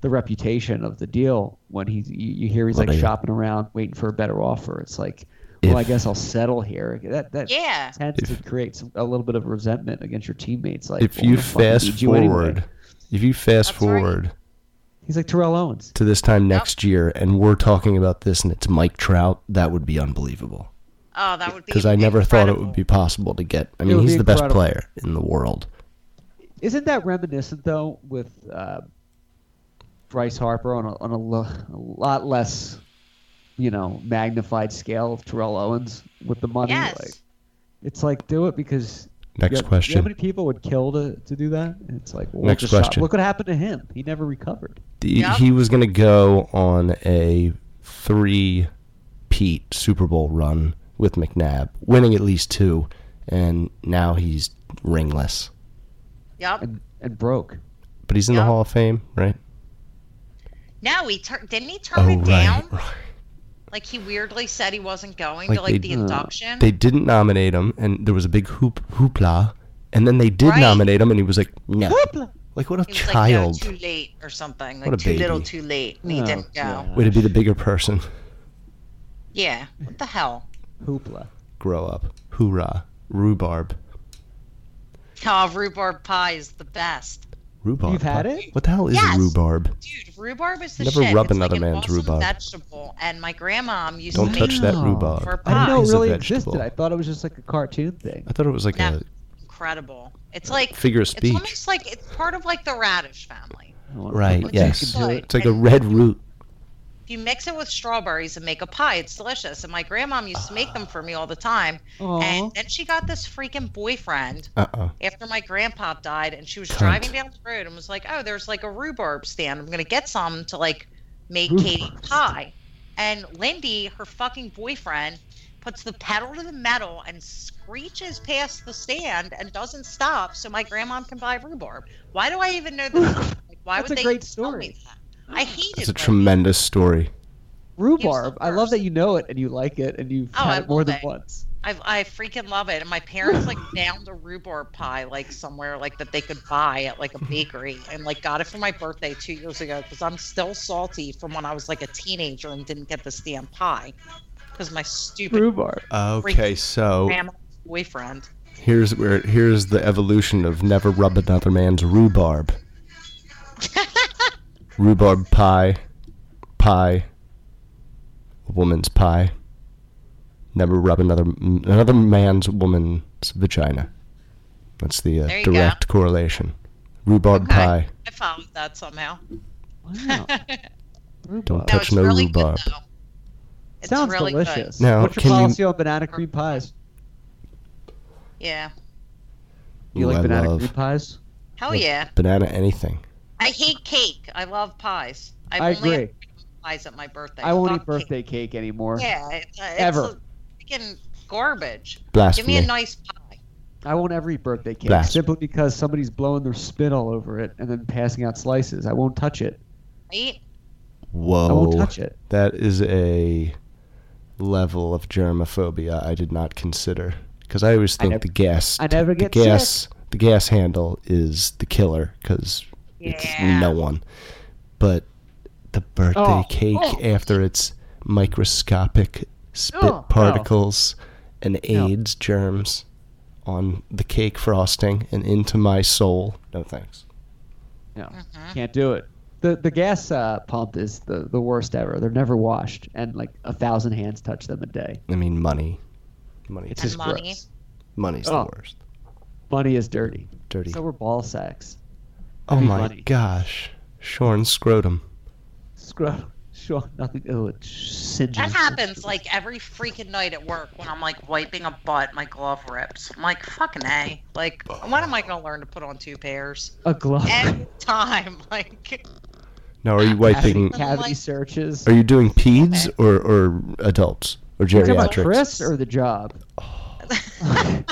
the reputation of the deal when he you, you hear he's like Right. shopping around waiting for a better offer. It's like, well, I guess I'll settle here. That that Yeah. tends to create some, a little bit of resentment against your teammates. Like If well, you we fucking need fast you anyway. forward, if you fast forward he's like Terrell Owens. to this time next year, and we're talking about this, and it's Mike Trout, that would be unbelievable. Oh, that would be Because I never thought it would be possible to get. I It mean, would he's be the best incredible. player in the world. Isn't that reminiscent though with uh, Bryce Harper on a, on a, lo- a lot less, you know, magnified scale of Terrell Owens with the money? Yes. Like, it's like do it because. Next you have- question. You know how many people would kill to, to do that? And It's like well, Next just stop. question. Look what happened to him. He never recovered. The- He was going to go on a three Pete Super Bowl run with McNabb, winning at least two, and now he's ringless. Yep. and broke. But he's in the Hall of Fame, right? No, he tur- didn't he Oh, turn it down. Like he weirdly said he wasn't going to like the induction. They didn't nominate him, and there was a big hoop hoopla, and then they did Right. nominate him, and he was like, "No." Like what a He was like, no, child! too late or something. What Like a too little, baby. too late. And he Oh, didn't go. Way to be the bigger person. Yeah. What the hell? Hoopla. Grow up. Hoorah. Rhubarb. Oh, rhubarb pie is the best. Rhubarb. You've had huh? it? What the hell is Yes. rhubarb? Dude, rhubarb is the Never shit. rub it's another like an man's awesome rhubarb. vegetable. And my grandma used Don't to touch make that them rhubarb. For I pie. didn't know it Ah. He's a really vegetable. existed. I thought it was just like a cartoon thing. I thought it was like Yeah. a Incredible. It's like figure of It's speech. almost like it's part of like the radish family. Right, Like, you yes. could do it. It's like a red root. If you mix it with strawberries and make a pie, it's delicious. And my grandma used to make them for me all the time. And then she got this freaking boyfriend Uh oh. after my grandpa died and she was Cunt. driving down the road and was like, "Oh, there's like a rhubarb stand. I'm gonna get some to like make Katie pie." And Lindy, her fucking boyfriend, puts the pedal to the metal and screeches past the stand and doesn't stop, so my grandma can buy rhubarb. Why do I even (laughs) know this? Like, why That's would a they great tell me that? I hated It's a Lindy. tremendous story. Rhubarb. I love that you know it and you like it and you've Oh, I had it more love than it. once. I, I freaking love it. And my parents (laughs) like found a rhubarb pie like somewhere like that they could buy at like a bakery and like got it for my birthday two years ago because I'm still salty from when I was like a teenager and didn't get this damn pie because my stupid Rhubarb. Okay, so grandma boyfriend. here's where here's the evolution of never rub another man's (laughs) rhubarb. rhubarb pie, pie, a woman's pie. Never rub another another man's woman's vagina. That's the uh, There you go. direct correlation. Rhubarb Okay. pie. I followed that somehow. (laughs) Wow. Don't Oh, Rhubarb. No, touch it's no really good rhubarb. though. It's Sounds really good. delicious. Now, What's your can you- policy on banana cream pies? Yeah. You Ooh, like I banana love cream pies? Hell yeah. banana anything. I hate cake. I love pies. I've I only had agree. pies at my birthday. I won't Fuck eat birthday cake anymore. Yeah, it- it's Ever. a freaking garbage. Blasphemy. Give me a nice pie. I won't ever eat birthday cake Blast. simply because somebody's blowing their spit all over it and then passing out slices. I won't touch it. Right? Whoa. I won't touch it. That is a level of germophobia I did not consider because I always I think nev- the gas, I never get the gas, the gas handle is the killer because Yeah. it's no one. But the birthday Oh. cake Oh. after it's microscopic spit Ugh. particles and AIDS germs on the cake frosting and into my soul. No thanks. No, can't do it. The the gas uh, pump is the, the worst ever. They're never washed, and like a thousand hands touch them a day. I mean, money. Money. It's just money. gross. Money's Oh. the worst. Money is dirty. Dirty. So we're ball sacks. Oh Dirty my money. gosh. Shorn scrotum. Scrub. (laughs) Sure, nothing. Oh, it's singeing. That happens like every freaking night at work when I'm like wiping a butt, my glove rips. I'm like, fucking A. Like, when am I going to learn to put on two pairs? A glove. (laughs) Every time. (laughs) Like, Now, are you Cavity, wiping? cavity searches. Are you doing peds or, or adults or You talking about geriatrics? Chris or the job?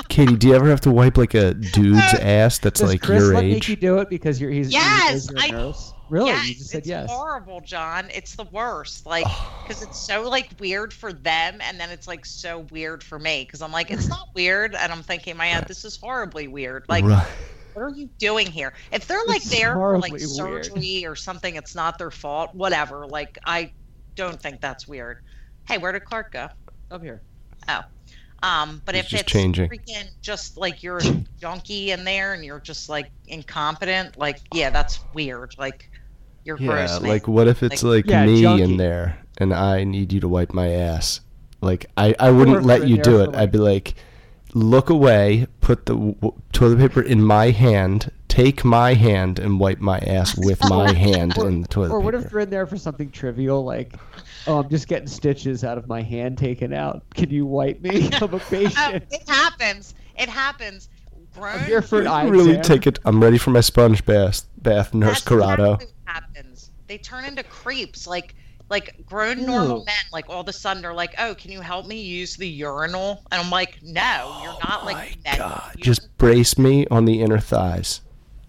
Katie, do you ever have to wipe like a dude's ass that's Does like Chris your let age? Nikki do it because you're he's Yes, he's, he's I- your nurse? Really? you yes, just said it's yes. horrible, John. It's the worst. Like, because it's so like weird for them, and then it's like so weird for me. Because I'm like, it's not weird, and I'm thinking, in my head, this is horribly weird. Like, Right. what are you doing here? If they're like It's there for like horribly weird. surgery or something, it's not their fault. Whatever. Like, I don't think that's weird. Hey, where did Clark go? Up here. Oh. Um, but He's if just it's changing. freaking just like you're a junkie in there and you're just like incompetent, like yeah, that's weird. Like you're Yeah, gross. man. like what if it's like, Yeah, me junkie. in there and I need you to wipe my ass? Like I, I wouldn't if let you're you in do there it. for, I'd be like, look away, put the w- w- toilet paper in my hand, take my hand and wipe my ass with (laughs) my hand in the toilet Or what paper. if they're in there for something trivial like, oh, I'm just getting stitches out of my hand taken out. Can you (laughs) wipe me? I'm a Oh, patient. it happens. It happens. Grown I'm here for an eye really exam. take it. I'm ready for my sponge bath, bath nurse that's Corrado. exactly what happens. They turn into creeps. Like like grown normal men, like all of a sudden they're like, Oh, can you help me use the urinal? And I'm like, No, you're Oh not like men. Just brace me on the inner thighs.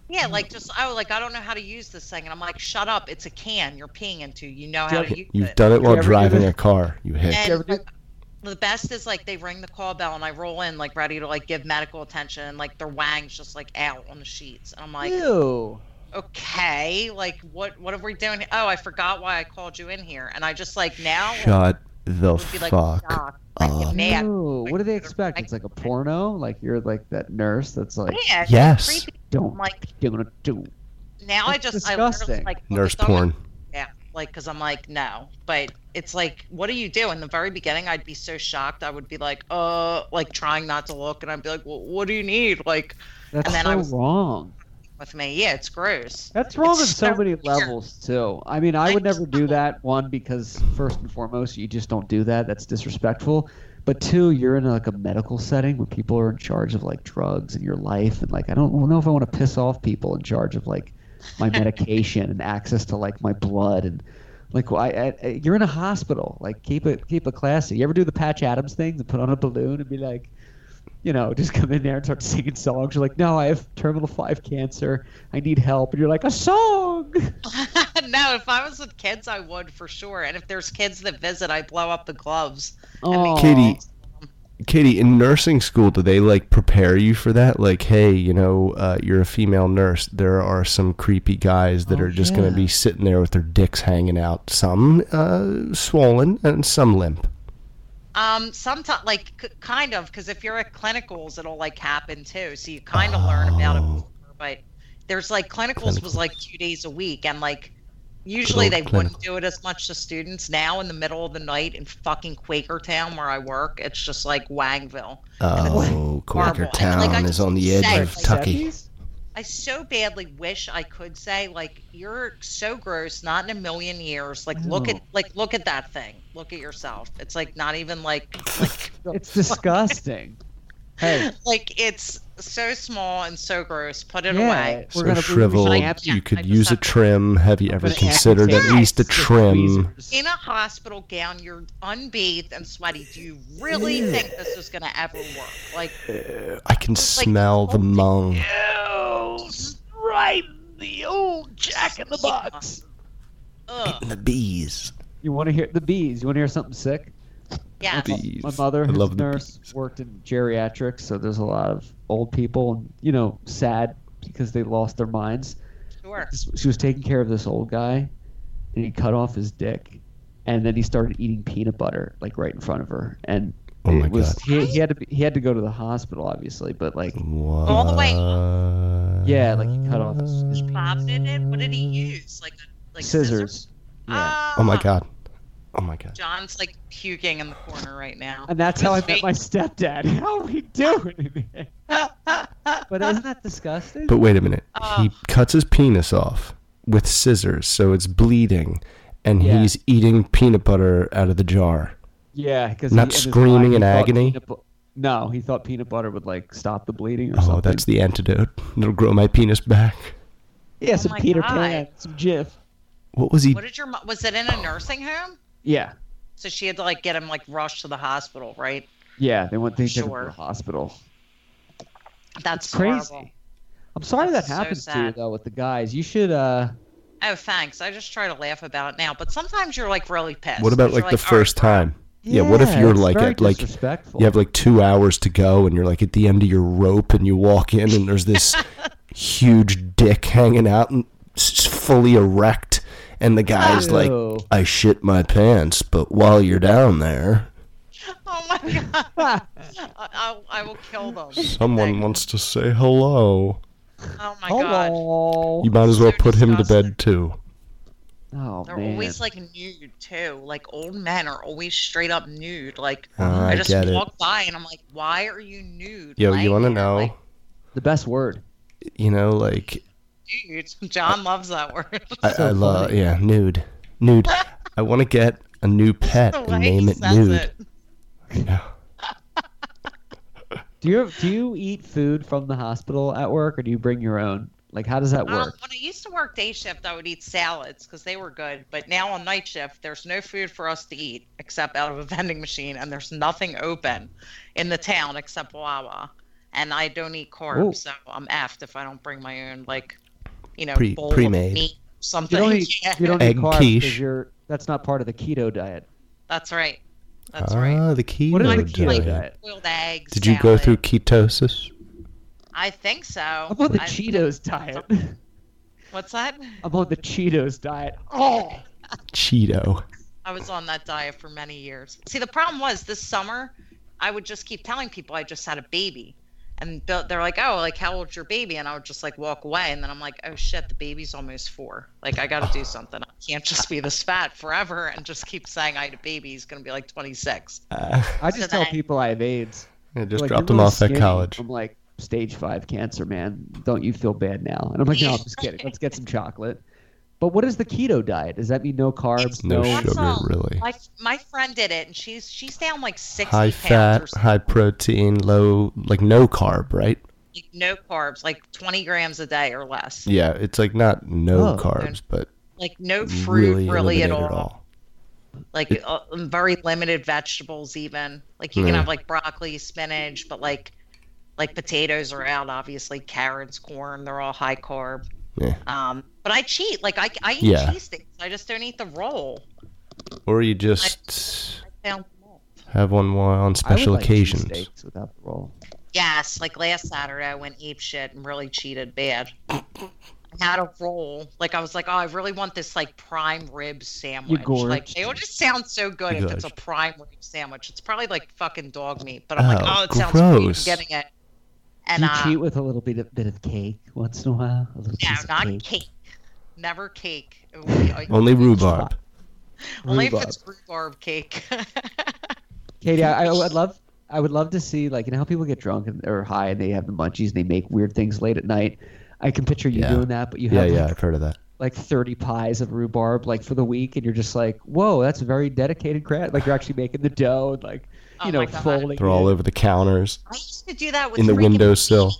Yeah, like just oh, like I don't know how to use this thing, and I'm like, shut up, it's a can you're peeing into. You know how to use You've it. done it while ever do driving that? a car. You hick. And like, the best is like they ring the call bell and I roll in like ready to like give medical attention and like their wang's just like out on the sheets and I'm like, Ew. okay, like what what are we doing? here? Oh, I forgot why I called you in here, and I just like now Shut the would be like fuck shocked, like up. mad. Ew. What do they expect? (laughs) It's like a porno? Like you're like that nurse that's like, Yeah, it's Yes. creepy. don't I'm like gonna do. now I That's just I disgusting. literally like look Nurse at them, like, porn. Yeah, like because I'm like no, but it's like what do you do? In the very beginning, I'd be so shocked. I would be like, uh, like trying not to look, and I'd be like, well, what do you need? Like That's And then so I was- wrong. with me, yeah, it's gross. That's wrong It's on so so many weird. levels too. I mean, I would never do that. One, because first and foremost, you just don't do that. That's disrespectful. But two, you're in like a medical setting where people are in charge of like drugs and your life, and like I don't know if I want to piss off people in charge of like my medication and access to like my blood and like why I, I, you're in a hospital. Like keep it keep it classy. You ever do the Patch Adams thing and put on a balloon and be like, you know, just come in there and start (laughs) singing songs. You're like, no, I have terminal five cancer. I need help. And you're like, a song. (laughs) no, if I was with kids, I would for sure. And if there's kids that visit, I blow up the gloves. Oh, Katie, Katie, in nursing school, do they like prepare you for that? Like, hey, you know, uh, you're a female nurse. There are some creepy guys that Oh, are just going yeah. to be sitting there with their dicks hanging out, some uh, swollen and some limp. Um, sometimes, like, c- kind of, because if you're at clinicals, it'll like happen too. So you kind of learn about it. Before, but there's like clinicals was like two days a week, and like usually old they wouldn't do it as much to students. Now in the middle of the night in fucking Quakertown where I work, it's just like Wangville. Oh, horrible. Quaker Town Like, I is just on the edge said, of like, Tucky. I so badly wish I could say like you're so gross, not in a million years. Like look No. at like look at that thing. Look at yourself. It's like not even like like It's (laughs) disgusting. hey, like it's so small and so gross. Put it yeah, away. we're so gonna shriveled. We're you could I just use a have- trim. Have you ever gonna considered at amputate least a the trim? tweezers. In a hospital gown, you're unbathed and sweaty. Do you really think this is gonna ever work? Like I can smell the mung. right, the old Jack in the Box. Ugh. The bees. You want to hear the bees? You want to hear something sick? Yeah. Bees. My mother, I who's love a the nurse, worked in geriatrics, so there's a lot of old people, and you know, sad because they lost their minds. Sure. this- she was taking care of this old guy and he cut off his dick and then he started eating peanut butter like right in front of her and Oh my it was God. he, he had to be, he had to go to the hospital obviously but like What? All the way yeah, like he cut off his, his Bob did it. What did he use? Like, a, like Ah, scissors. Oh my god. Oh my god. John's like puking in the corner right now. And that's how I His met my stepdad. (laughs) How are we doing? it? (laughs) but isn't that disgusting? But wait a minute. He cuts his penis off with scissors, so it's bleeding, and he's eating peanut butter out of the jar. Yeah, because Not screaming in agony? no, he thought peanut butter would like stop the bleeding or Oh, something. that's the antidote. It'll grow my penis back. Yeah, some Oh my Peter God. Pan, some Jif. What was (laughs) he? What did your mom? Was it in a nursing home? Yeah, So she had to like get him like rushed to the hospital, right? yeah, they went they took him Sure. to the hospital. That's It's crazy. horrible. I'm sorry so that happens to you sad. though with the guys. You should. uh Oh, thanks. I just try to laugh about it now, but sometimes you're like really pissed. What about You're like the first time? Yeah, what if Yeah, you're it's like very at like disrespectful. you have like 2 hours to go and you're like at the end of your rope and you walk in and there's (laughs) this huge dick hanging out and s- fully erect and the guy's Ew. like I shit my pants, but while you're down there, Oh my (laughs) god! I, I, I will kill them. someone wants to say hello. Oh my god! Hello. You might as well put him to bed too. Oh They're man. always like nude too. Like old men are always straight up nude. Like Oh, I, I just get it. walk by and I'm like, why are you nude? Yo, you want to know? the best word. Ah. You know like Nude. (laughs) John loves that word. (laughs) I, I love yeah nude nude. I want to get a (laughs) new pet The and way name he it says nude. it. Do you do you eat food from the hospital at work, or do you bring your own? Like, how does that Um, work? when I used to work day shift, I would eat salads because they were good. But now on night shift, there's no food for us to eat except out of a (laughs) vending machine, and there's nothing open in the town except Wawa. And I don't eat carbs, Ooh. so I'm effed if I don't bring my own like, you know, Pre- bowl of pre-made. meat, You something. don't (laughs) eat, Yeah. you don't eat Egg carbs quiche. because you're that's not part of the keto diet. That's right. That's ah, right. the keto What is the keto diet. diet? Boiled eggs. Did you go salad. through ketosis? I think so. I'm on the I- Cheetos diet. (laughs) What's that? I'm on the Cheetos diet. Oh, Cheeto. I was on that diet for many years. See, the problem was this summer, I would just keep telling people I just had a baby. And they'll- they're like, oh, like, how old's your baby? And I would just like walk away. And then I'm like, oh shit, the baby's almost four. Like, I got to (sighs) do something. I can't just be this fat forever and just keep saying I had a baby. He's going to be like 26. Uh, I just tell people I have AIDS. I just Like, dropped "You're him really off at skinny." college. I'm like stage five cancer, man. Don't you feel bad now? And I'm like, no, I'm just kidding. Let's get some chocolate. But what is the keto diet? Does that mean no carbs? No sugar, all. really. My, my friend did it and she's she's down like 60 High pounds fat, or high protein, low, like no carb, right? something, no carbs, like 20 grams a day or less. Yeah, it's like not no Oh. carbs, but Like, no fruit really, really, at eliminate all. it all. like uh, very limited vegetables even like you can Yeah. have like broccoli spinach but like like potatoes are out obviously carrots corn they're all high carb Yeah. um but i cheat like i, I eat Yeah. cheese sticks i just don't eat the roll Or you just Found- have one more on I would special like occasions. cheesesteaks without the roll. yes like last saturday i went ape shit and really cheated bad i had a roll like i was like oh i really want this like prime rib sandwich like gorged. they all just sound so good You if it's a gorged. prime rib sandwich it's probably like fucking dog meat but i'm like Oh, oh it sounds great I'm gross. getting it Do and you uh, cheat with a little bit of, bit of cake once in a while? A little No, piece of not cake. cake. Never cake. Only, Only rhubarb. only if Rhubarb. it's rhubarb cake. (laughs) Katie, I, I would love I would love to see like you know how people get drunk and, or high and they have the munchies and they make weird things late at night. I can picture you Yeah. doing that, but you Yeah, have yeah, like, I've heard of that. like 30 pies of rhubarb like for the week and you're just like, "Whoa, that's a very dedicated crap." Like you're actually making the dough and like you Oh know my God. folding They're all it, over the counters, I used to do that with in the freaking- windowsill.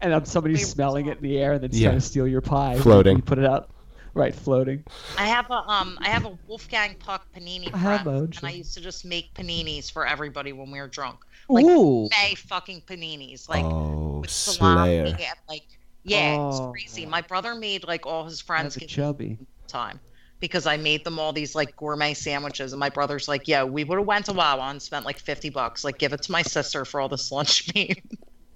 and then somebody's smelling it in the air and then Yeah. trying to steal your pie. You- Floating. You put it out right floating. I have a um, I have a Wolfgang Puck panini I have friend, a- and I used to just make paninis for everybody when we were drunk. Like Ooh. May fucking paninis, like oh, salami, Slayer. and, like yeah, it's Oh. crazy. My brother made like all his friends That's a get chubby. time because I made them all these like gourmet sandwiches and my brother's like, "Yo, we would have went to Wawa and spent like 50 bucks. Like give it to my sister for all this lunch meat."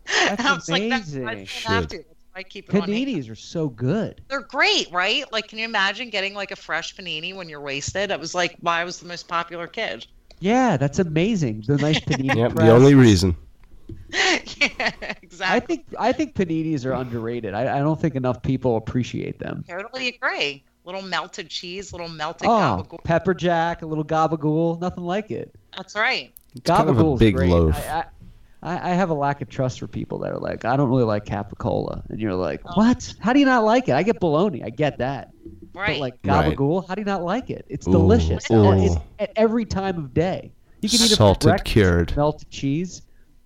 (laughs) and I was That's like, "That's amazing. I don't have to. That's why I keep it on hand." Paninis are so good. They're great, right? Like can you imagine getting like a fresh panini when you're wasted? It was like why I was the most popular kid. (laughs) Yeah, that's amazing. The nice panini Yep, press. the only reason. yeah, I exactly. think I think paninis are underrated. I, I don't think enough people appreciate them. totally agree. Little melted cheese, little melted Oh, gabagool. pepper jack, a little gabagool, nothing like it. That's right. kind of a Gabagool's big great. loaf. I, I, I I have a lack of trust for people that are like, I don't really like capicola, and you're like, Oh. what? How do you not like it? I get bologna, I get that, right? but like Right. gabagool, how do you not like it? It's Ooh, delicious. ooh. And It's at every time of day. You can eat it for Salted breakfast, cured. melted cheese.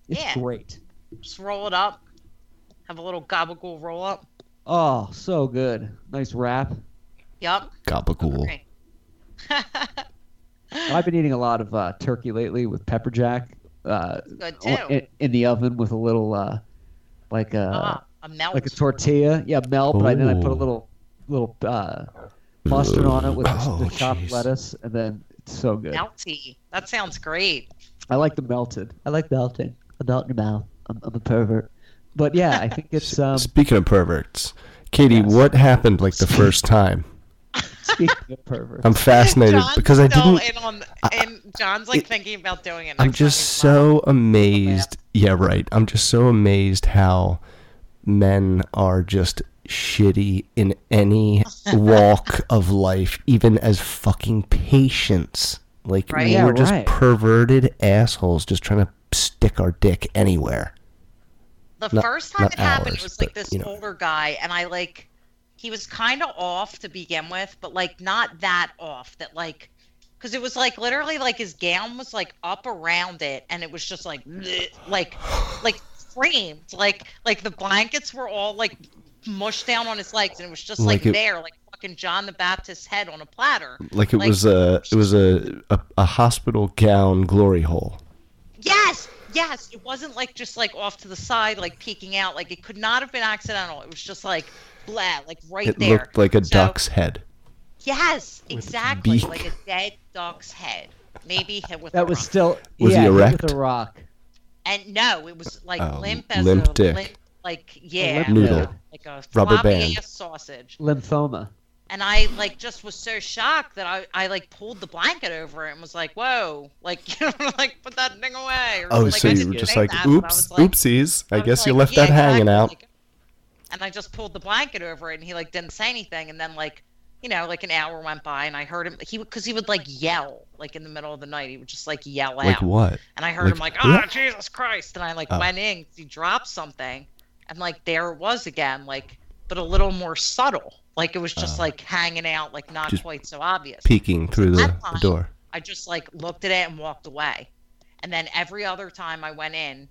It's Yeah. great. Just roll it up. Have a little gabagool roll up. Oh, so good. Nice wrap. Yup. Gabagool. (laughs) Right. I've been eating a lot of uh, turkey lately with pepper jack uh, Good too. on- in, in the oven with a little uh, like a Ah, a melt. uh, like a tortilla. Yeah, melt, but I, then I put a Ooh. little little uh, mustard on it with the- Oh, the chopped jeez. lettuce, and then it's so good. Melty. That sounds great. I like the melted. I like melting. I melt in your mouth. I'm, I'm a pervert. But yeah, I (laughs) think it's um, Speaking of perverts, Katie, what happened like the first time? speaking of pervert. I'm fascinated John's because I still didn't. in on. and John's like thinking about doing it. I'm next time just he's mine. so amazed. Yeah, right. I'm just so amazed how men are just shitty in any (laughs) walk of life, even as fucking patients. Like Right. we're Yeah, just right. perverted assholes just trying to stick our dick anywhere. The Not- first time not it happened, ours, it was like but, this you know. older guy, and I like, he was kind of off to begin with, but like not that off that like, because it was like literally like his gown was like up around it, and it was just like, bleh, like, like framed, like like the blankets were all like mushed down on his legs, and it was just like, Like it- there, like fucking John the Baptist's head on a platter. Like it Like- was a it was a, a a hospital gown glory hole. Yes, yes. It wasn't like just like off to the side, like peeking out. Like it could not have been accidental. It was just like blah, like right it there. looked like a So- duck's head. Yes, exactly. beak. Like a dead duck's head. Maybe hit with a That was rock. still Was he yeah, hit erect? with a rock. And no, it was like Oh, limp as limp a dick. limp, like yeah, limp Noodle. noodle. like a Rubber floppy band. ass sausage. Lymphoma. And I like just was so shocked that I, I like pulled the blanket over it and was like, whoa, like (laughs) you know, like put that thing away. Or, Oh, like, so I you didn't were just say like, that, but I oops, was like- oopsies. I, was guess you like, left "Yeah, that hanging exactly," out. like- and I just pulled the blanket over it, and he like didn't say anything. And then like, you know, like an hour went by, and I heard him. He because he would like yell like in the middle of the night. He would just like yell Like out, what? and I heard like, him like, "What?" "Ah, Jesus Christ!" And I like Oh. went in. 'cause He dropped something, and like there it was again, like but a little more subtle. Like it was just Oh. like hanging out, like not Just quite so obvious. Peeking through the, that the time- door. I just like looked at it and walked away. And then every other time I went in,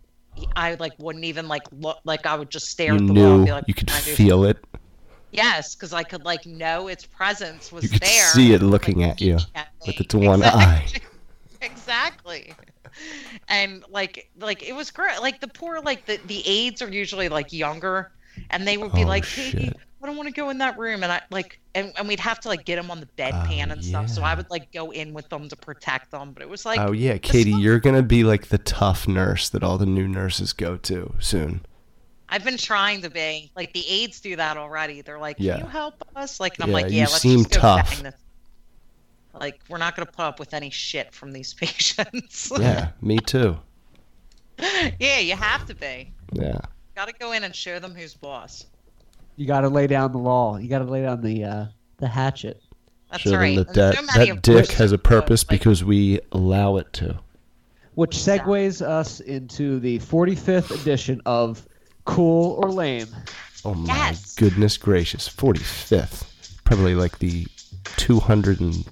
I like wouldn't even like look. Like I would just stare You at the wall. And knew be like, you could "Can I do feel it. Yes, because I could like know its presence was You could there. see it looking at you with (laughs) its one eye. Exactly. And like like it was great. Like the poor like the the aides are usually like younger, and they would be Oh, like, "Katie, shit. I don't want to go in that room," and I like and, and we'd have to like get them on the bedpan Oh, and stuff. So yeah. I would like go in with them to protect them. But it was like oh yeah, Katie, you're gonna be like the tough nurse that all the new nurses go to (laughs) soon. I've been trying to be like the aides do that already. They're like, "Can Yeah. you help us?" Like and I'm Yeah, like, you "Yeah, let's seem just go tough." bang this." Like we're not gonna put up with any shit from these (laughs) patients. Yeah, me too. (laughs) yeah, you have to be. Yeah. Got to go in and show them who's boss. You got to lay down the law. You got to lay down the uh, the hatchet. That's Show them right. that And there's that, so many that of dick course, has a like, purpose because we allow it to. Which segues us into the 45th edition of Cool or Lame. Oh my Yes. goodness gracious. 45th. Probably like the 203rd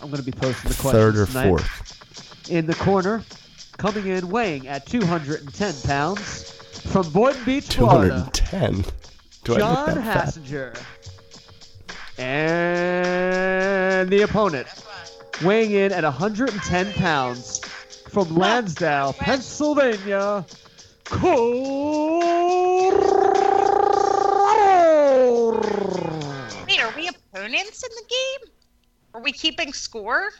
I'm going to be posting the questions or tonight. uh, 4th. In the corner, coming in weighing at 210 pounds, from Boynton Beach, Florida, 210. Do I John look that fat? Hassinger. And the opponent, weighing in at 110 pounds, from Lansdale, Pennsylvania, Corrado. Wait, are we opponents in the game? Are we keeping score?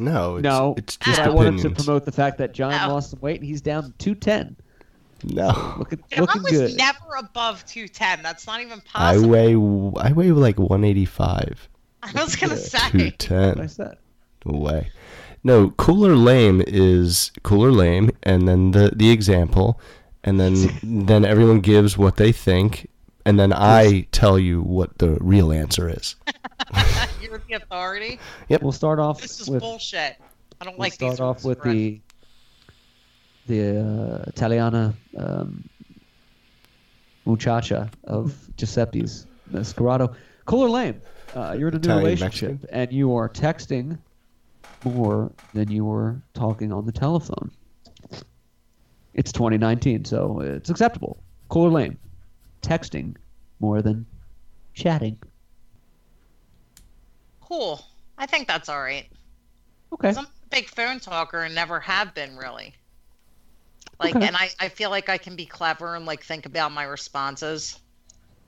No, it's, No, it's just but I opinions. wanted to promote the fact that John Oh. lost some weight and he's down to 210. No. Looking, John looking was good. never above 210. That's not even I possible. (laughs) weigh I weigh like 185. I was gonna say. 210. What's that? No way. No, cooler lame is cooler lame, and then the the example, and then then everyone gives what they think, and then I tell you what the real answer is. You're the authority. Yep. We'll start off. This is with, bullshit. I don't we'll like start these. off with the the uh, Italiana um, muchacha of Giuseppe's Masquerado. Cooler Lame, uh, you're in a new Italian relationship, and you are texting more than you were talking on the telephone. It's 2019, so it's acceptable. Cooler Lame, texting more than chatting. Cool. I think that's all right. Okay. 'Cause I'm a big phone talker and never have been really. Like, Okay. and I, I feel like I can be clever and like think about my responses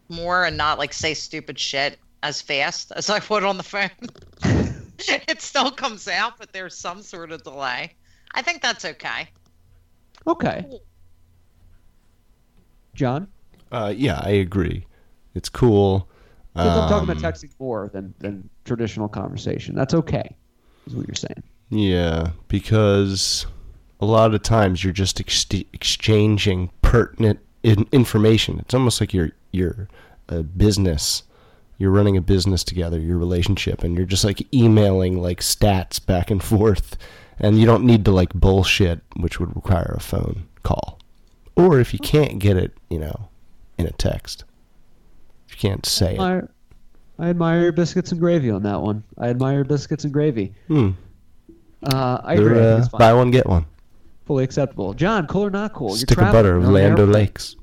more and not like say stupid shit as fast as (laughs) I would on the (laughs) phone. it still comes out, but there's some sort of delay. I think that's okay. Okay. John? Uh, yeah, I agree. It's cool. Because I'm talking Um, about texting more than, than traditional conversation. That's okay, is what you're saying. Yeah, because a lot of times you're just ex- exchanging pertinent in- information. It's almost like you're you're a business. You're running a business together, your relationship, and you're just like emailing like stats back and forth, and you don't need to like bullshit, which would require a phone call, or if you can't get it, you know, in a text. If you can't say it, I, I admire your biscuits and gravy on that one. I admire your biscuits and gravy. hmm, Uh, I they're, agree. I think uh, it's fine. buy one get one. Fully acceptable. John, cool or not cool? Stick you're of traveling, butter, you're on an Lando airplane. Lakes.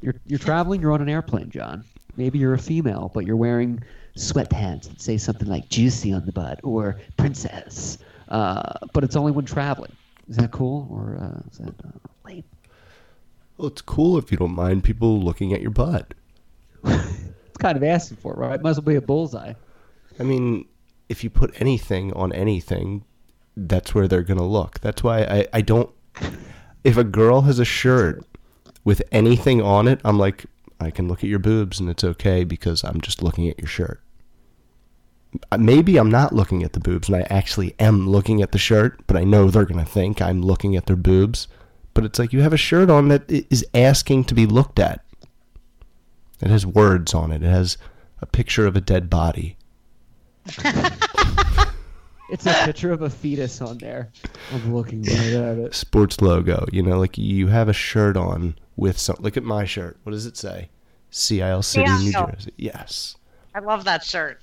You're, you're traveling, you're on an airplane, John. Maybe you're a female, but you're wearing sweatpants that say something like juicy on the butt or princess. Uh, but it's only when traveling. Is that cool or uh, is that uh, lame? Well, it's cool if you don't mind people looking at your butt. It's kind of asking for it, right? Might as well be a bullseye. I mean, if you put anything on anything, that's where they're going to look. That's why I, I don't. If a girl has a shirt with anything on it, I'm like, I can look at your boobs and it's okay because I'm just looking at your shirt. Uh, Maybe I'm not looking at the boobs and I actually am looking at the shirt, but I know they're going to think I'm looking at their boobs. But it's like you have a shirt on that i- is asking to be looked at. It has words on it, it has a picture of a dead body. It's a picture of a fetus on there. I'm looking right at it. sports logo. You know, like you have a shirt on with some. Look at my shirt. What does it say? CIL City, New CIL. Jersey. Yes. I love that shirt.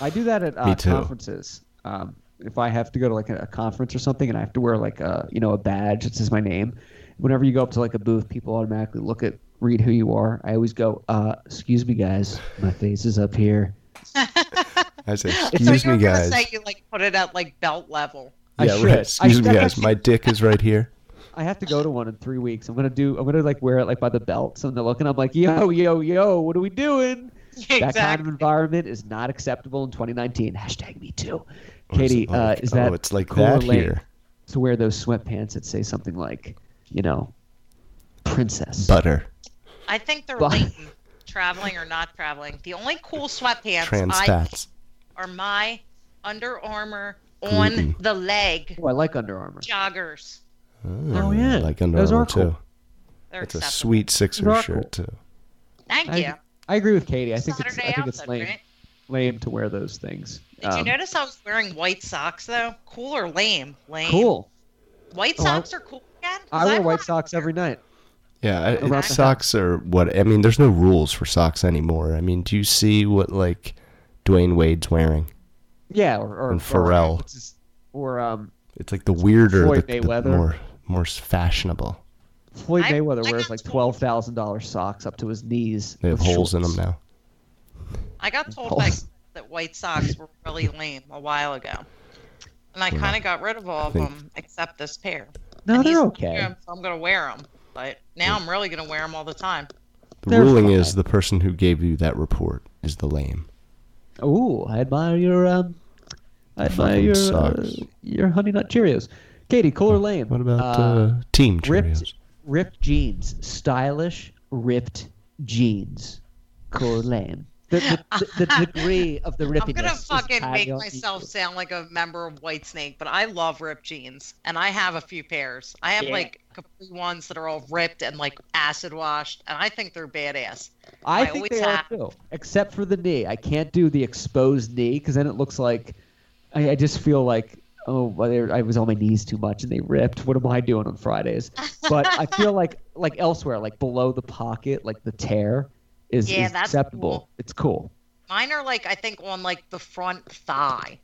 I do that at (laughs) Me uh, too. conferences. Um, if I have to go to like a, a conference or something, and I have to wear like a you know a badge that says my name, whenever you go up to like a booth, people automatically look at read who you are. I always go, uh, "Excuse me, guys, my face is up here." I (gasps) said, so excuse you were me, gonna guys. say you like put it at like belt level. (laughs) I yeah, should. right. I Excuse should me, guys. actually- My dick is right here. I have to go to one in three weeks. I'm gonna do. I'm gonna like wear it like by the belt, so they're looking. I'm like, "Yo, yo, yo, what are we doing?" (laughs) That kind of environment is not acceptable in 2019. Hashtag me too. Or is (laughs) Katie, it like- uh, is oh, that it's like cool or that lame here. To wear those sweatpants that say something like, you know, princess. Butter. I think they're But- lame, traveling or not traveling. The only cool sweatpants Trans I fats. are my Under Armour on Gluten. the leg Oh, I like Under Armour. joggers. Oh, yeah. Like Under Those Armour, are cool. too. They're It's a acceptable. sweet Sixers Those are shirt, too. Thank I, you. I agree with Katie. I think it's, I Saturday think it's outfit, lame, right? lame to wear those things. Did you Um, notice I was wearing white socks though? Cool or lame? Lame. Cool. White Oh, I- socks are cool again. 'Cause I wear I've white socks every night. Yeah, I- Around the socks are what I mean. There's no rules for socks anymore. I mean, do you see what like Dwayne Wade's wearing? Yeah, or, or And or- Pharrell. what's his- Or, um, It's like the weirder, Floyd the, the Mayweather. more more fashionable. Floyd I- Mayweather I wears got like twelve thousand dollars socks up to his knees. They have with holes in shorts. them now. I got told by that white socks were really lame a while ago, and I Yeah. kind of got rid of all of think- them except this pair. No, And he's Oh, they're gonna wear okay. 'em, so I'm gonna wear them, but now I'm really gonna wear them all the time. The They're ruling is the person who gave you that report is the lame. Ooh, I admire your um, I admire Fucking your uh, sucks. your honey nut Cheerios. Katie, Kohler Lane. What about uh, team Cheerios? ripped ripped jeans, stylish ripped jeans, Kohler Lane. the, the, the, (laughs) the degree of the rippiness. I'm gonna is fucking high make on myself sound like a member of Whitesnake, but I love ripped jeans, and I have a few pairs. I have Yeah. like capri ones that are all ripped and like acid washed, and I think they're badass. I, think they are too, except for the knee. I can't do the exposed knee because then it looks like I, I just feel like oh, well, they- I was on my knees too much and they ripped. What am I doing on Fridays? But I (laughs) feel like like elsewhere, like below the pocket, like the tear is, Yeah, is that's acceptable. cool. It's cool. Mine are like I think on like the front thigh.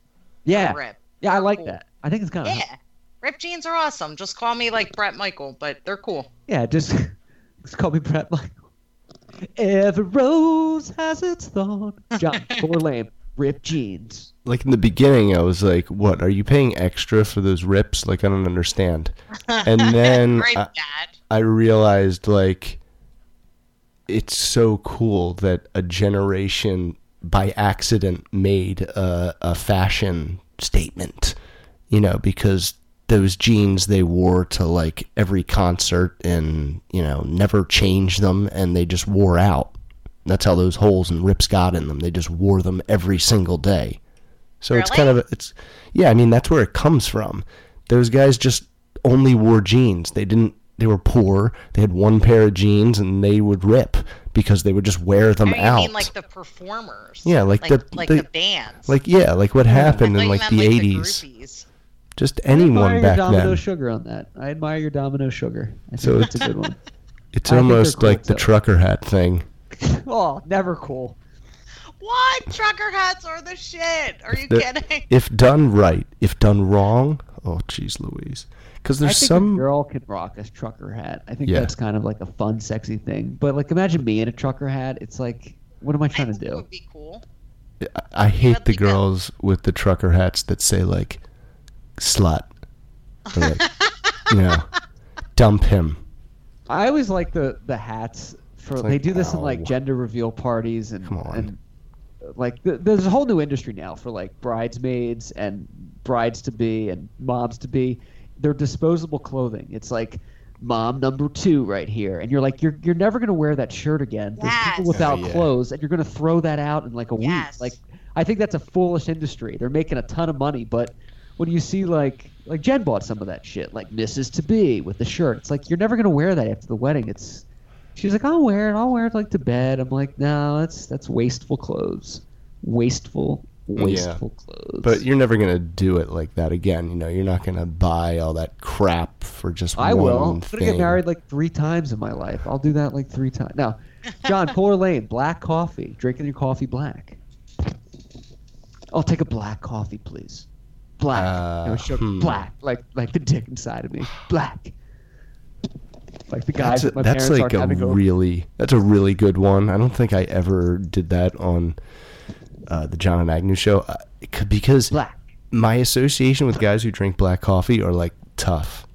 Yeah, Rip. yeah, I like that. I think it's Uh-huh. kind of Yeah, ripped jeans are awesome. Just call me like Brett Michael, but they're cool. yeah. Just, (laughs) just call me Brett Michael. Every rose has its thorn. (laughs) John Corlane, ripped jeans. Like in the beginning, I was like, "What are you paying extra for those rips?" Like I don't understand. (laughs) And then Right, I, I realized like it's so cool that a generation by accident made a, a fashion statement. You know, because those jeans they wore to like every concert and you know never changed them, and they just wore out. That's how those holes and rips got in them. They just wore them every single day. So it's kind of a, it's yeah, I mean that's where it comes from. Those guys just only wore jeans. They didn't they were poor. They had one pair of jeans and they would rip because they would just wear them I Oh, mean, out. like the performers. yeah, like, the like the, the bands. Like yeah, like what happened in like meant, the like, the eighties. groupies. just admire anyone your back domino then. sugar on that. I admire your domino sugar. I think So that's a (laughs) good one. It's I think they're almost like the trucker hat thing. Oh, never cool. What trucker hats are the shit? Are you They're- kidding? (laughs) If done right, if done wrong, oh jeez Louise. Because I there's think some a girl can rock a trucker hat. I think Yeah. that's kind of like a fun, sexy thing. But like, imagine me in a trucker hat. It's like, what am I trying to do? would be cool. I- I hate the girls with the trucker hats that say like slut or like you know (laughs) dump him. I always like the the hats for. It's they like, oh. do this in ow. like gender reveal parties and and like th- there's a whole new industry now for like bridesmaids and brides to be and moms to be. They're disposable clothing. It's like mom number two right here, and you're like you're you're never gonna wear that shirt again. There's Yes. people without Oh, yeah. clothes, and you're gonna throw that out in like a Yes. week. Like I think that's a foolish industry. They're making a ton of money, but when you see like like Jen bought some of that shit, like Mrs. To Be with the shirt. It's like you're never gonna wear that after the wedding. It's she's like, I'll wear it, I'll wear it like to bed. I'm like, no, that's that's wasteful clothes. Wasteful, wasteful clothes. But you're never gonna do it like that again. You know, you're not gonna buy all that crap for just I one will. I'm gonna thing. get married like three times in my life. I'll do that like three times. Now, John, Polar Lane, black coffee. Drinking your coffee black. I'll take a black coffee, please. Black. no Uh, sugar. hmm. Black. Like like the dick inside of me. Black. Like the That's, guys a, that my that's parents like aren't a having over. really that's a really good one. I don't think I ever did that on uh, the John and Agnew show uh, c- because my association with guys who drink black coffee are like tough.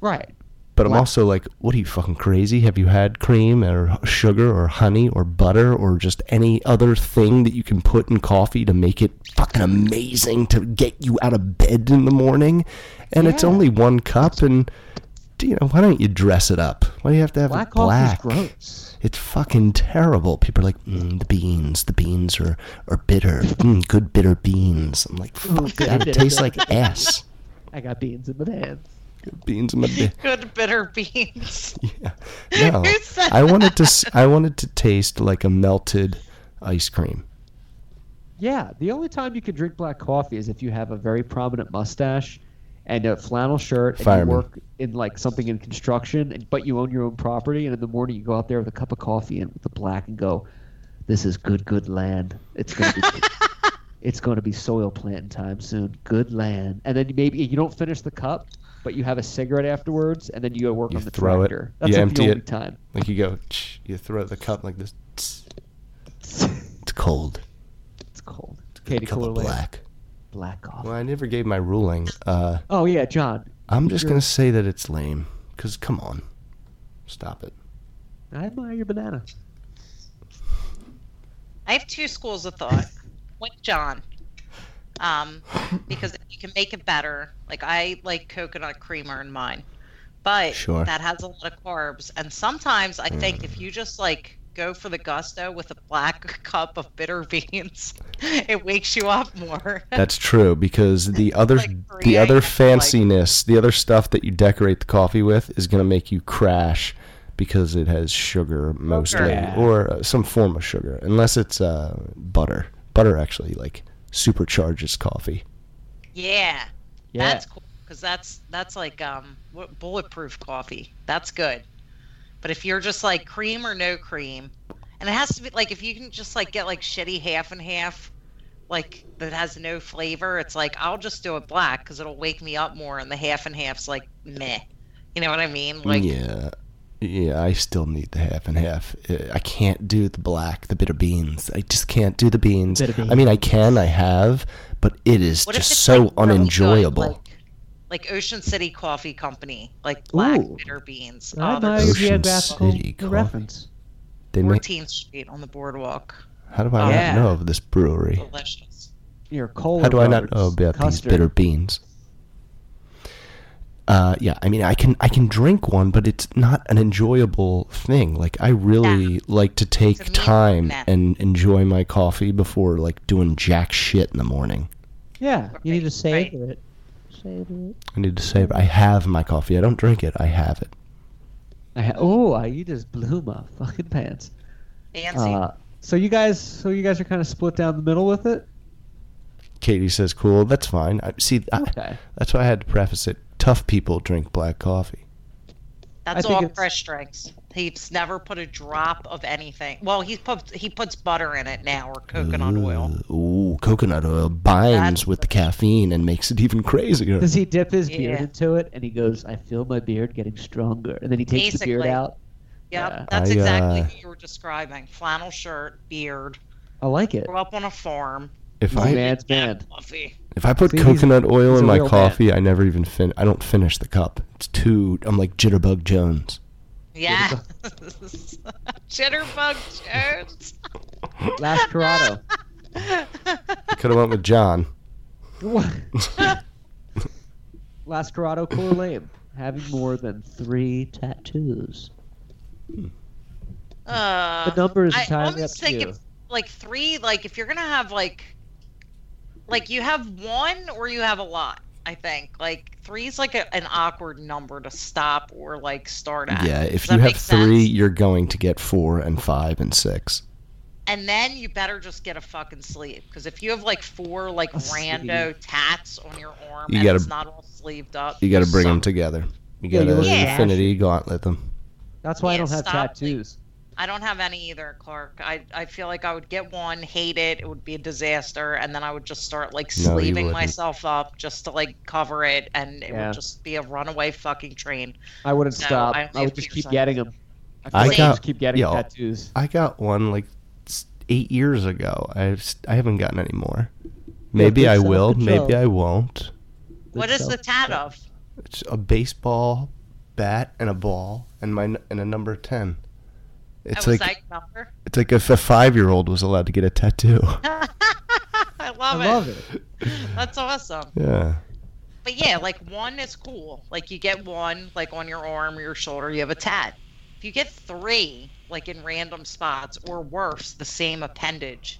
Right. But I'm also like, what are you fucking crazy? Have you had cream or sugar or honey or butter or just any other thing that you can put in coffee to make it fucking amazing to get you out of bed in the morning? And it's only one cup and do you know, why don't you dress it up? Why do you have to have Black black? coffee's black? It's fucking terrible. People are like, mm, the beans, the beans are, are bitter. Mm, good bitter beans. I'm like, Ooh, fuck good that. It bitter tastes beans. like ass. (laughs) I got beans in my hands. Beans in my bi- Good bitter beans. No, Who said I wanted to. s- I wanted to taste like a melted ice cream. Yeah, the only time you can drink black coffee is if you have a very prominent mustache and a flannel shirt and Fireman. you work in like something in construction and but you own your own property and in the morning you go out there with a cup of coffee and with the black and go, This is good good land. It's (laughs) gonna be it's gonna be soil planting time soon. Good land. And then you maybe you don't finish the cup, but you have a cigarette afterwards and then you go work on the Throw it. tractor. That's you like empty the only it. time. Like you go. tsh, You throw the cup like this. tss. It's cold. (laughs) It's cold. Katie cup of Cooler. black. Black coffee. Well, I never gave my ruling. Uh, Oh yeah, John. I'm just You're- gonna say that it's lame. Cause come on, stop it. I admire your banana. I have two schools of thought. One, John, um, because you can make it better. Like I like coconut creamer in mine, but Sure. that has a lot of carbs. And sometimes I think if you just like go for the gusto with a black (laughs) cup of bitter beans. (laughs) it wakes you up more. That's true because the other the other fanciness, the other stuff that you decorate the coffee with is going to make you crash because it has sugar mostly Yeah. or uh, some form of sugar unless it's uh, butter. Butter actually like supercharges coffee. Yeah. Yeah. That's cool because that's that's like um what- bulletproof coffee. That's good. But if you're just like cream or no cream, and it has to be like if you can just like get like shitty half and half, like that has no flavor, it's like I'll just do it black because it'll wake me up more, and the half and half's like meh. You know what I mean? Like yeah. Yeah, I still need the half and half. Uh, I can't do the black, the bitter beans. I just can't do the beans. Bitter I mean, I can, I have, but it is What if just it's, so like, really good, unenjoyable. like Ocean City Coffee Company, like black bitter beans. I Oh, might there's be a graphical Ah, City coffee. reference. they make, 14th Street on the boardwalk. how do I Yeah. not know of this brewery? Delicious. Your cold. How do I not know about custard. these bitter beans? Uh, yeah, I mean, I can I can drink one, but it's not an enjoyable thing. Like I really like to take time and enjoy my coffee before like doing jack shit in the morning. Yeah, you need to savor it. Savor it. I need to say I have my coffee. I don't drink it. I have it. I ha- oh, I- you just blew my fucking pants. Fancy. Uh, so you guys, so you guys are kind of split down the middle with it. Katie says, "Cool, that's fine." I, see, I, that's why I had to preface it. Tough people drink black coffee. That's I think all it's- fresh drinks. He's never put a drop of anything. Well, he puts he puts butter in it now or coconut oil. Ooh, coconut oil binds with the caffeine and makes it even crazier. Does he dip his beard Yeah. into it and he goes, "I feel my beard getting stronger," and then he takes the beard Basically. out. Yep, Yeah. that's I, exactly uh, what you were describing. Flannel shirt, beard. I like it. Grew up on a farm. If I- man's man. Coffee. If I put See, he's- coconut oil he's in a my real coffee, I never even fin. I don't finish the cup. It's too. I'm like Jitterbug Jones. Yeah. (laughs) Jitterbug Jones. (laughs) Last Corrado. (laughs) Could have went with (laughs) John. Last Corrado Corlame having more than three tattoos. Uh, The number is I entirely almost up to think you. it's like three. Like if you're gonna have like, like you have one or you have a lot. I think like three is like a, an awkward number to stop or like start at. Yeah, Ah, Does if that you have make sense? three, you're going to get four and five and six. and then you better just get a fucking sleeve because if you have like four like rando tats on your arm You and gotta- it's not all sleeved up, You got to bring them together. You Yeah, got you to look at the infinity gauntlet them. That's why I Yeah, don't have stop, like- tattoos. I don't have any either, Clark. I, I feel like I would get one, hate it, it would be a disaster, and then I would just start like No, you sleeving wouldn't. myself up just to like cover it, and it Yeah. would just be a runaway fucking train. I wouldn't So, stop. I I, only would have just two keep sons. getting them. I feel like got- just keep getting yo. tattoos. I got one like s- eight years ago. I've s- I haven't gotten any more. Maybe good I will. self-control. Maybe I won't. What is the tat of? It's a baseball bat and a ball and my n- and a number ten. It's that was like Ike Buffer? it's like if a five year old was allowed to get (laughs) a tattoo. I love, love it. That's awesome. yeah. But yeah, like one is cool. Like you get one, like on your arm or your shoulder, you have a tat. If you get three, like in random spots, or worse, the same appendage,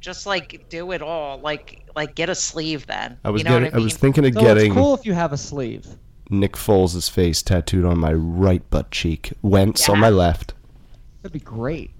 just like do it all. Like like get a sleeve then. I was you know getting, what I mean? was thinking of So getting it's cool if you have a sleeve. Nick Foles' face tattooed on my right butt cheek, Wentz on my left. That'd be great.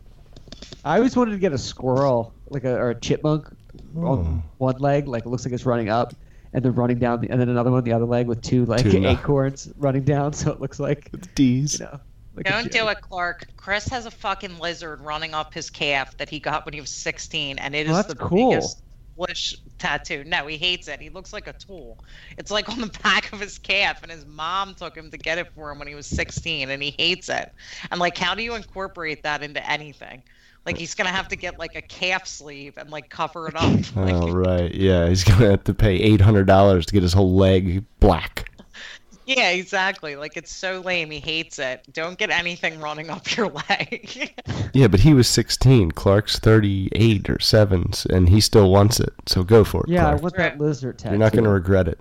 I always wanted to get a squirrel, like a or a chipmunk, Hmm. on one leg, like it looks like it's running up, and then running down, the, and then another one on the other leg with two like Two, no. acorns running down, (laughs) so it looks like D's. You know, like a Don't J. do it, Clark. Chris has a fucking lizard running up his calf that he got when he was 16, and it is Well, that's the cool. biggest bush tattoo. No, he hates it. He looks like a tool. It's like on the (laughs) back of his calf, and his mom took him to get it for him when he was 16, and he hates it. And like, how do you incorporate that into anything? Like, he's gonna have to get like a calf sleeve and like cover (laughs) it up. oh right, yeah. He's gonna have to pay eight hundred dollars to get his whole leg black. (laughs) yeah, exactly. Like, it's so lame. He hates it. Don't get anything running up your (laughs) leg. (laughs) Yeah, but he was sixteen. Clark's thirty-eight or sevens, and he still wants it. So go for it. Yeah, I Clark. want that lizard tattoo. You're not going to regret it.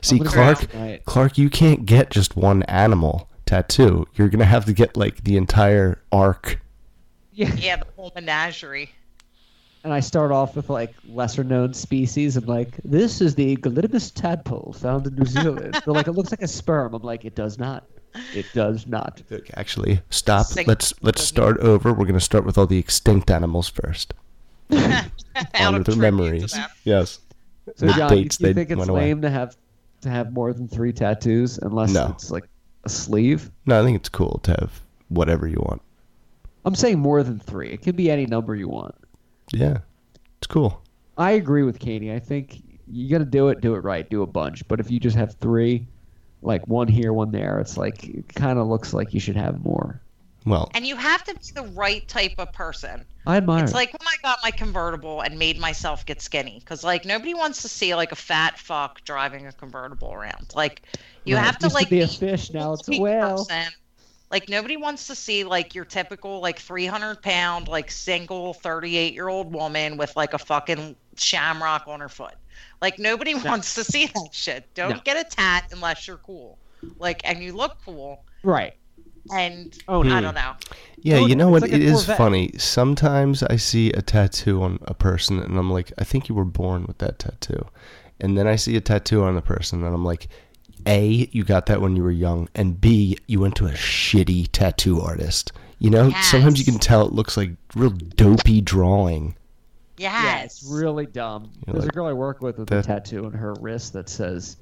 See, gonna Clark, regret it tonight. Clark, you can't get just one animal tattoo. You're going to have to get like the entire arc Yeah. Yeah, the whole menagerie. and I start off with like lesser known species. I'm like, this is the Gallimimus tadpole found in New Zealand. They're like, it looks like a sperm. I'm like, it does not. It does not. Look, actually, stop. Extinct. Let's let's start over. We're gonna start with all the extinct animals first. Honor their memories. Yes. So The John, dates do you they think it's went away. lame to have to have more than three tattoos unless No. it's like a sleeve? No, I think it's cool to have whatever you want. I'm saying more than three. It can be any number you want. Yeah, it's cool. I agree with Katie. I think you got to do it, do it right, do a bunch. But if you just have three, like one here, one there, it's like it kind of looks like you should have more. Well, And you have to be the right type of person. I admire. It's it. like when I got my convertible and made myself get skinny because like nobody wants to see like a fat fuck driving a convertible around. Like you Right. have to Used like be a fish. Now it's a sweet whale. person. Like nobody wants to see like your typical like 300 pound like single 38 year old woman with like a fucking shamrock on her foot. Like nobody wants to see that shit. Don't No. get a tat unless you're cool. Like and you look cool. Right. And Oh, I hmm. don't know. Yeah, Dude, you know what? it's like a it is Corvette. funny. Sometimes I see a tattoo on a person and I'm like, I think you were born with that tattoo. And then I see a tattoo on a person and I'm like, A, you got that when you were young. And B, you went to a shitty tattoo artist. You know, sometimes you can tell it looks like real dopey drawing. Yes. Yeah, it's really dumb. You're There's like, a girl I work with with a that- tattoo on her wrist that says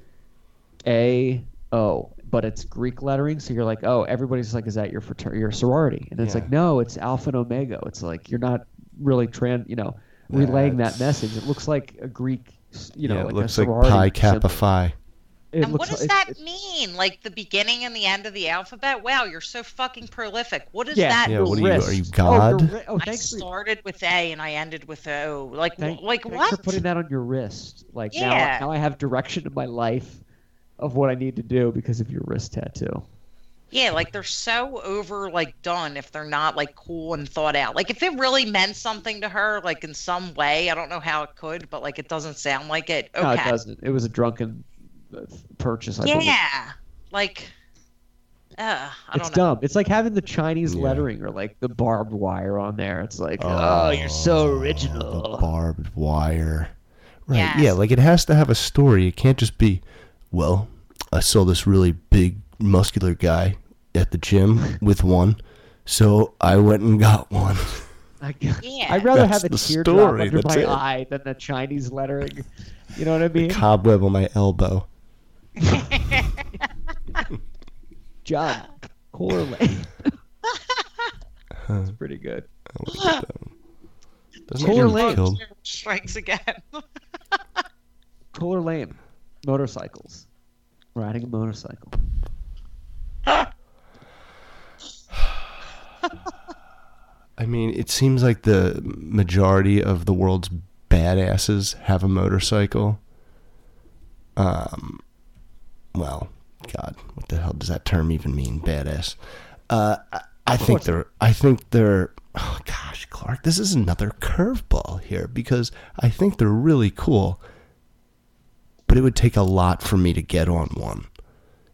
A O, but it's Greek lettering. So you're like, oh, everybody's like, is that your fraternity, your sorority? And it's Yeah. like, no, it's Alpha and Omega. It's like you're not really trans, you know, relaying that message. It looks like a Greek, s- you know, yeah, like it looks a like sorority Pi Kappa symbol. Phi. It and what looks does like- that mean? Like the beginning and the end of the alphabet? Wow, you're so fucking prolific. What is Yeah. that? Yeah, your what are you? Are you wrist. God? Oh, your, ri- oh I thanks, for, started with A and I ended with O. Like, thank- wh- like thanks what? for putting that on your wrist. Like Yeah. now, now I have direction in my life of what I need to do because of your wrist tattoo. Yeah, like they're so over like done if they're not like cool and thought out. Like if it really meant something to her, like in some way, I don't know how it could, but like it doesn't sound like it. Okay. No, it doesn't. It was a drunken uh, purchase. I believe. Yeah. Like, uh, I It's don't know. dumb. It's like having the Chinese Yeah. lettering or like the barbed wire on there. It's like, oh, you're so original. The barbed wire. Right. Yes. Yeah, like it has to have a story. It can't just be, well, I saw this really big muscular guy at (laughs) the gym with one, so I went and got one. (laughs) I, got- Yeah. I'd rather That's have a the teardrop story. under That's my it. eye than the Chinese lettering. You know what I mean? Cobweb on my elbow. John (laughs) Corley. That's pretty good. Doesn't get Poor lady. killed? Strikes again. Cooler lame. Motorcycles. Riding a motorcycle. I mean, it seems like the majority of the world's badasses have a motorcycle. Um, well, God, what the hell does that term even mean, badass? Uh, I, I think they're. I think they're. Oh gosh, Clark, this is another curveball here because I think they're really cool, but it would take a lot for me to get on one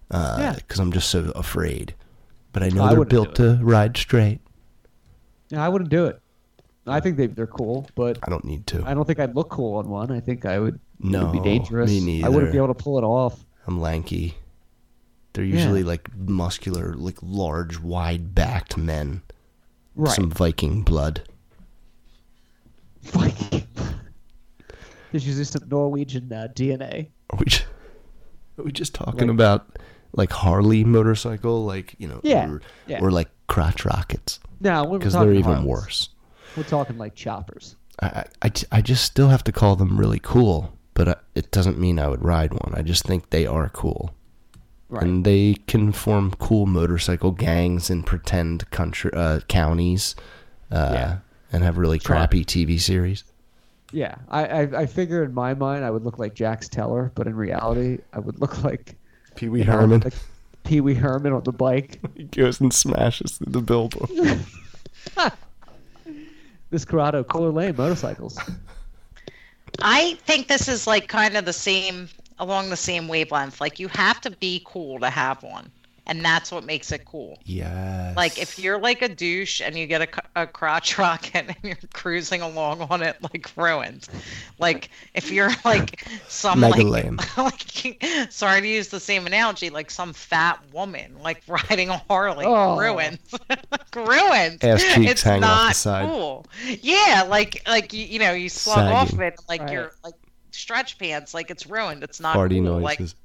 because Yeah. I'm just so afraid. But I know I they're wouldn't do built to ride straight. No, I wouldn't do it. I think they, they're cool, but I don't need to. I don't think I'd look cool on one. I think I would it would be No, dangerous. me I wouldn't be neither. able to pull it off. I'm lanky. They're Yeah. usually like muscular, like large, wide-backed men. with Right. Some (laughs) Viking blood. Viking. There's usually some Norwegian uh, DNA. Are we just, are we just talking about like Harley motorcycle, like you know, Yeah, or, yeah. or like crotch rockets No, we're because talking they're even Harleys. worse. We're talking like choppers. I, I- I, j- I just still have to call them really cool, but I, it doesn't mean I would ride one. I just think they are cool. Right. And they can form cool motorcycle gangs and pretend country uh, counties uh, Yeah. and have really crappy TV series. Yeah, I, I I figure in my mind I would look like Jax Teller, but in reality I would look like Pee Wee you know, Herman like Pee Wee Herman on the bike. goes and smashes through the billboard. this Corrado Cooler Lane (laughs) motorcycles. I think this is like kind of the same along the same wavelength. Like you have to be cool to have one. and that's what makes it cool. Yes. Like if you're like a douche and you get a, c- a crotch rocket and you're (laughs) cruising along on it like ruined. Like if you're like some Mega like, lame. (laughs) like sorry to use the same analogy, like some fat woman like (laughs) riding a Harley Oh. ruined. (laughs) ruined. Ass cheeks it's hanging not off the side. cool. Yeah, like like you, you know, you slug off of Sagging. it like you're like stretch pants, like it's ruined. It's not Party cool. Like noises.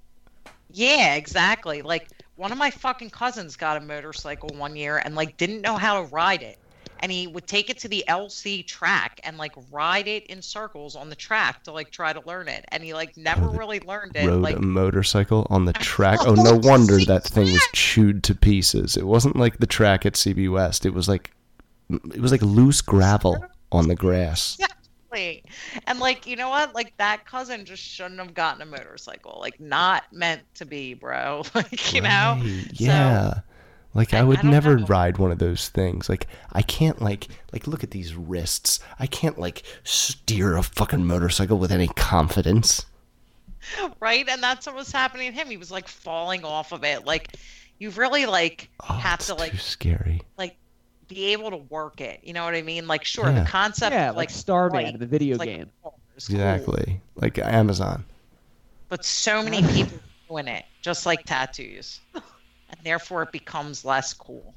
yeah, exactly. Like one of my fucking cousins got a motorcycle one year and like didn't know how to ride it. And he would take it to the LC track and like ride it in circles on the track to like try to learn it. And he like never (laughs) really learned it. Rode Like a motorcycle on the track. Oh, no wonder that thing was chewed to pieces. It wasn't like the track at CB West. It was like, it was like loose gravel on the grass. exactly. And like, you know what? Like that cousin just shouldn't have gotten a motorcycle. Like not meant to be, bro. (laughs) Like, you know? Right, Yeah. like I, would never ride one of those things. Like I can't like like look at these wrists. I can't like steer a fucking motorcycle with any confidence. right? And that's what was happening to him. He was like falling off of it. Like you really like have to like Scary. like be able to work it. You know what I mean? Like sure, Yeah. the concept Yeah, of, like like, Starman, flight the video is, like, game. Exactly. Like Amazon. but so (laughs) many people doing it, just like tattoos, and therefore it becomes less cool.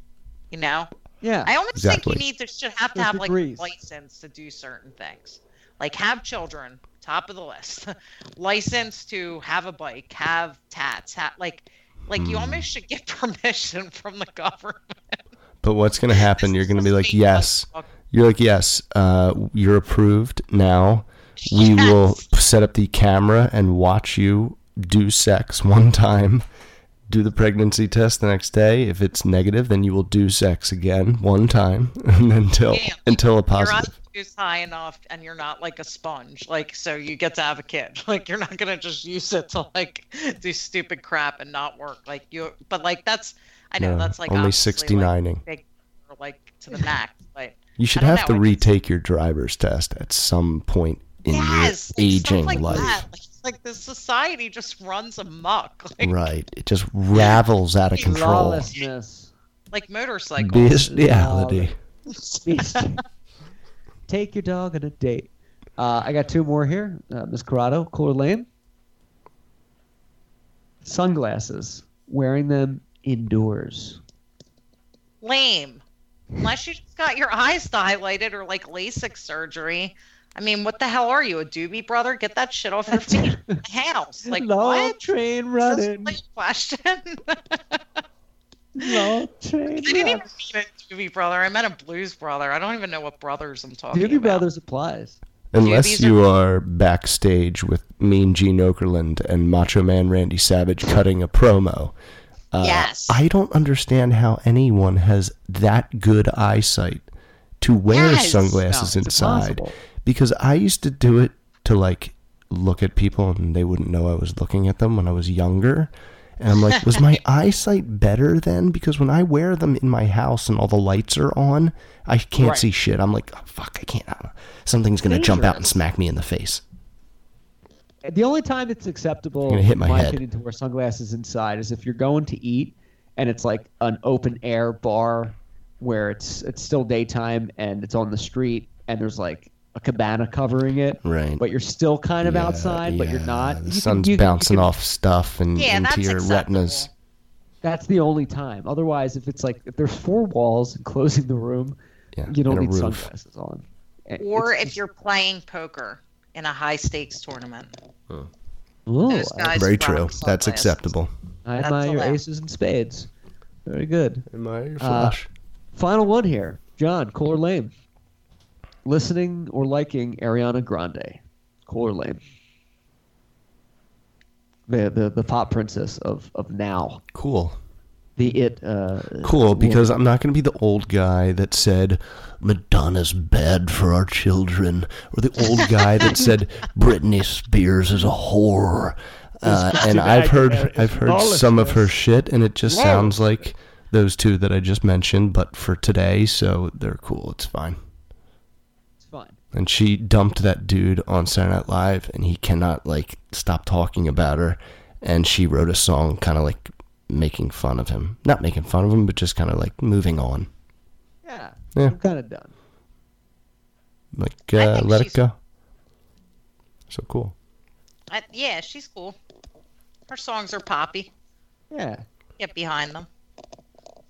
You know? Yeah. I almost Exactly. think you need to should have to There's have like degrees. a license to do certain things, like have children, top of the list, (laughs) license to have a bike, have tats, ha- like. Like you Mm. almost should get (laughs) permission from the government. But what's going to happen? You're going to be like, yes. You're like, yes, uh, you're approved now. (laughs) We will set up the camera and watch you do sex one time, do the pregnancy test the next day. If it's negative, then you will do sex again one time (laughs) and until Yeah. until a Your positive. IQ is high enough, and you're not like a sponge. Like so, you get to have a kid. (laughs) Like you're not gonna just use it to like do stupid crap and not work. Like you, but like that's I know No, that's like only obviously, like, 69ing. big, or, like to the max. But You should I don't have know, to I retake your driver's test at some point in Yes, your like stuff aging like life. that. Like, it's like the society just runs amok. (laughs) Like, Right. It just ravels out of control. Lawlessness. like motorcycles. Bestiality. (laughs) Take your dog on a date. Uh, I got two more here. Uh, Miss Corrado, Cooler Lane. Sunglasses. Wearing them indoors. lame. Unless you just got your eyes dilated or like LASIK surgery. I mean, what the hell are you, a doobie brother? Get that shit off your (laughs) feet. The house. Like Long what? train Is this running. really a (laughs) question. Long (laughs) train I didn't even running. mean a doobie brother. I meant a blues brother. I don't even know what brothers I'm talking Doobie about. Brothers applies. Unless Doobies you are backstage with Mean Gene Okerlund and Macho Man Randy Savage cutting a promo. Uh, Yes. I don't understand how anyone has that good eyesight to wear Yes. sunglasses No, it's inside. impossible. Because I used to do it to like look at people and they wouldn't know I was looking at them when I was younger. And I'm like, was (laughs) my eyesight better then? Because when I wear them in my house and all the lights are on, I can't Right. see shit. I'm like, oh, fuck, I can't. Something's gonna jump out and smack me in the face. The only time it's acceptable, Gonna hit in my my head. opinion, to wear sunglasses inside is if you're going to eat and it's like an open air bar where it's it's still daytime and it's on the street and there's like a cabana covering it, Right. but you're still kind of Yeah, outside, but you're not. The You can- sun's you can- you bouncing can- off stuff and Yeah, into that's your retinas. That's the only time. Otherwise, if it's like if there's four walls (laughs) enclosing the room, you don't and a need roof. sunglasses on. It- Or it's- if you're playing poker in a high stakes tournament. Ooh, those guys Very rock true. That's sunglasses. acceptable. I That's admire your allowed. aces and spades. Very good. Admire Uh, your flash. final one here. John, cool or lame? Listening or liking Ariana Grande? Cool or lame? The, the, the pop princess of, of now. Cool. The it. Uh, Cool, because I'm not going to be the old guy that said Madonna's bad for our children, or the old guy that (laughs) said Britney Spears is a whore. Uh, It's and not I've heard bad, it's I've heard some of her shit, and it just No. sounds like those two that I just mentioned, but for today, so they're cool. It's fine. It's fine. And she dumped that dude on Saturday Night Live, and he cannot like stop talking about her. And she wrote a song, kind of like making fun of him. Not making fun of him, but just kind of like moving on. Yeah, Yeah. I'm kind of done. Like, uh, let it go. So cool. I, yeah, she's cool. Her songs are poppy. Yeah. Get behind them.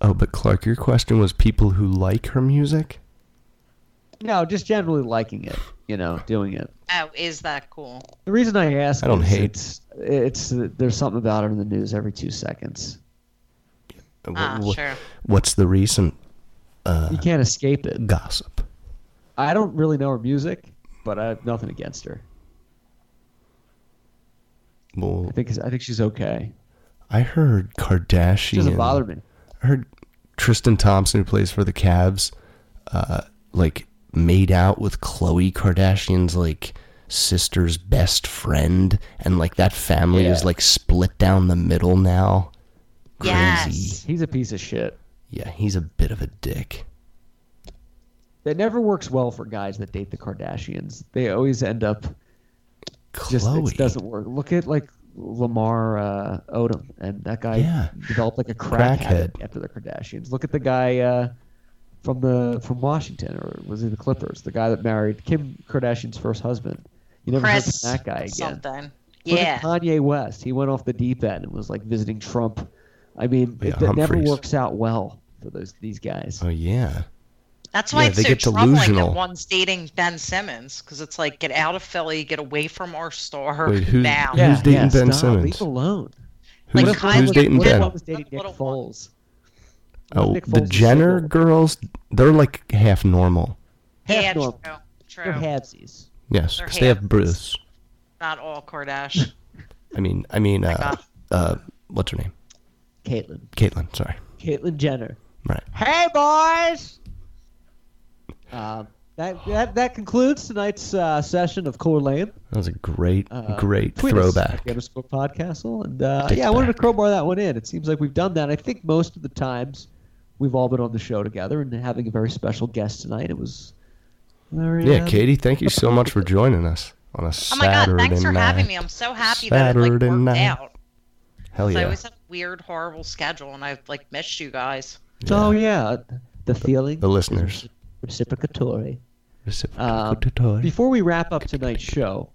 Oh, but Clark, your question was people who like her music? No, just generally liking it. You know, doing it. Oh, is that cool? The reason I ask, I don't is hate- It's, it's there's something about her in the news every two seconds. Wh- Ah, wh- sure. What's the recent uh, You can't escape it. gossip? I don't really know her music, but I have nothing against her. Well, I think I think she's okay. I heard Kardashian. She doesn't bother me. I heard Tristan Thompson, who plays for the Cavs, uh, like made out with Khloe Kardashian's like sister's best friend, and like that family is Yeah. like split down the middle now. Crazy. He's a piece of shit. Yeah, he's a bit of a dick. That never works well for guys that date the Kardashians. They always end up just Khloe. it doesn't work. Look at like Lamar uh, Odom, and that guy Yeah. developed like a crack Crackhead. habit after the Kardashians. Look at the guy uh, from the from Washington, or was he the Clippers? The guy that married Kim Kardashian's first husband. You never heard Chris from that guy again. Something. Look Yeah. at Kanye West. He went off the deep end and was like visiting Trump. I mean, Yeah, it, that never Humphreys. works out well for those these guys. Oh yeah. That's why Yeah, it's they so get troubling delusional. that one's dating Ben Simmons because it's like get out of Philly, get away from our star. Wait, who's- now. who's Yeah, dating yeah, Ben stop. Simmons? Leave alone. Who's, Like Kylie- who's dating what if Ben? I was dating Nick Foles? Oh, Nick the Foles is Jenner girls, they're like half normal. Yeah, Half normal. true, true. They're halvesies. Yes, They're 'cause they have half- Bruce. Not all Kardashian. I mean, I mean, uh, uh, what's her name? Caitlyn. Caitlyn. Sorry. Caitlyn Jenner. Right. Hey, boys. Um, that, that that concludes tonight's uh, session of Core Lane. That was a great, Uh, great tweet us throwback. at the underscore podcastle. And uh, Dick yeah, I wanted to crowbar that one in. It seems like we've done that. I think most of the times we've all been on the show together and having a very special guest tonight. It was very, Yeah, uh, Katie, thank you so much for joining us on a oh Saturday my night. god, thanks for having me. I'm so happy that it like, Saturday worked night. out. Hell 'Cause I Oh, yeah. always have a weird, horrible schedule, and I've like missed you guys. So Oh, yeah, the feeling. The listeners. Reciprocatory. Um, Reciprocatory. before we wrap up tonight's show,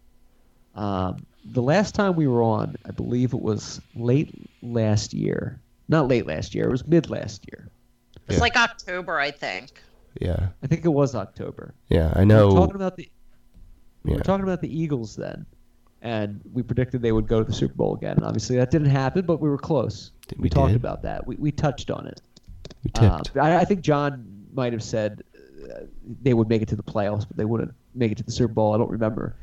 um, the last time we were on, I believe it was late last year. Not late last year. It was mid last year. It's Yeah. like October, I think. Yeah, I think it was October. yeah, I We were know. talking about the we Yeah, were talking about the Eagles then, and we predicted they would go to the Super Bowl again. And obviously, that didn't happen, but we were close. Did- we we talked did. about that. We, we touched on it. we Um, tipped. I, I think John might have said uh, they would make it to the playoffs, but they wouldn't make it to the Super Bowl. I don't remember.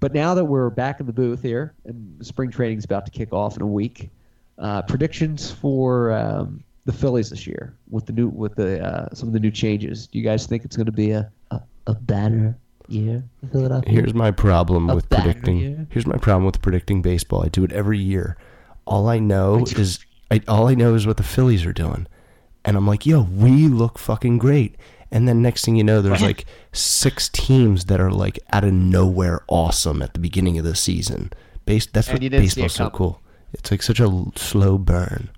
But now that we're back in the booth here, and spring training's about to kick off in a week, uh, predictions for um, the Phillies this year with the new with the uh, some of the new changes. Do you guys think it's going to be a, a a banner year for Philadelphia? Here's my problem with bad predicting. year. Here's my problem with predicting baseball. I do it every year. All I know is, I, all I know is what the Phillies are doing, and I'm like, yo, we look fucking great. And then next thing you know, (laughs) there's like six teams that are like out of nowhere awesome at the beginning of the season. Base that's And what you didn't see baseball's it so coming. cool. It's like such a l- slow burn.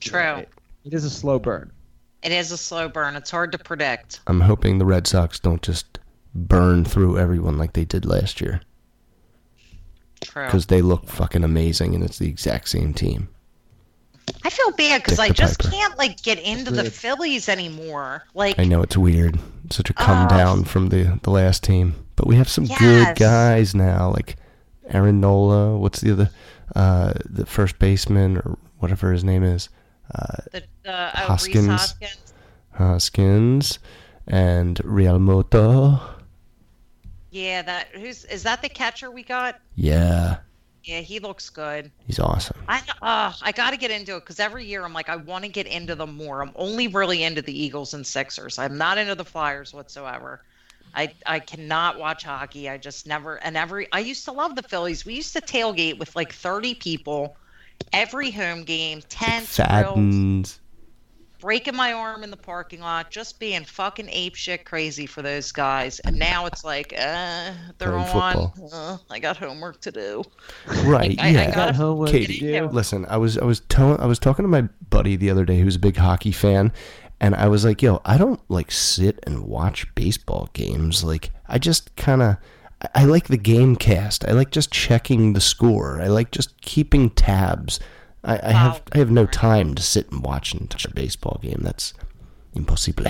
True. It is a slow burn. It is a slow burn. It's hard to predict. I'm hoping the Red Sox don't just burn through everyone like they did last year Oh. True. because they look fucking amazing and it's the exact same team. I feel bad because Dick I the just Piper. can't like get into the Agreed. Phillies anymore. Like I know it's weird. Such a come Ah. down from the, the last team. But we have some good Yes. guys now, like Aaron Nola. What's the other, uh, the first baseman or whatever his name is? Uh, the, the uh, Reese Hoskins. Hoskins. uh, Hoskins and Realmuto. Yeah, that who's is that the catcher we got? Yeah, Yeah, he looks good. he's awesome. I uh, I got to get into it because every year I'm like I want to get into them more. I'm only really into the Eagles and Sixers. I'm not into the Flyers whatsoever. I I cannot watch hockey. I just never and every I used to love the Phillies. We used to tailgate with like 30 people every home game, 10 grills. Fattens. breaking my arm in the parking lot, just being fucking apeshit crazy for those guys. And now it's like, uh, they're Playing on. football. Uh, I got homework to do. Right. Like, (laughs) I- I yeah. gotta fucking Katie, do. listen, I was I was telling I was talking to my buddy the other day who's a big hockey fan, and I was like, "Yo, I don't like sit and watch baseball games. Like, I just kind of." I like the game cast. I like just checking the score. I like just keeping tabs. I, I have I have no time to sit and watch and touch a baseball game. That's impossible.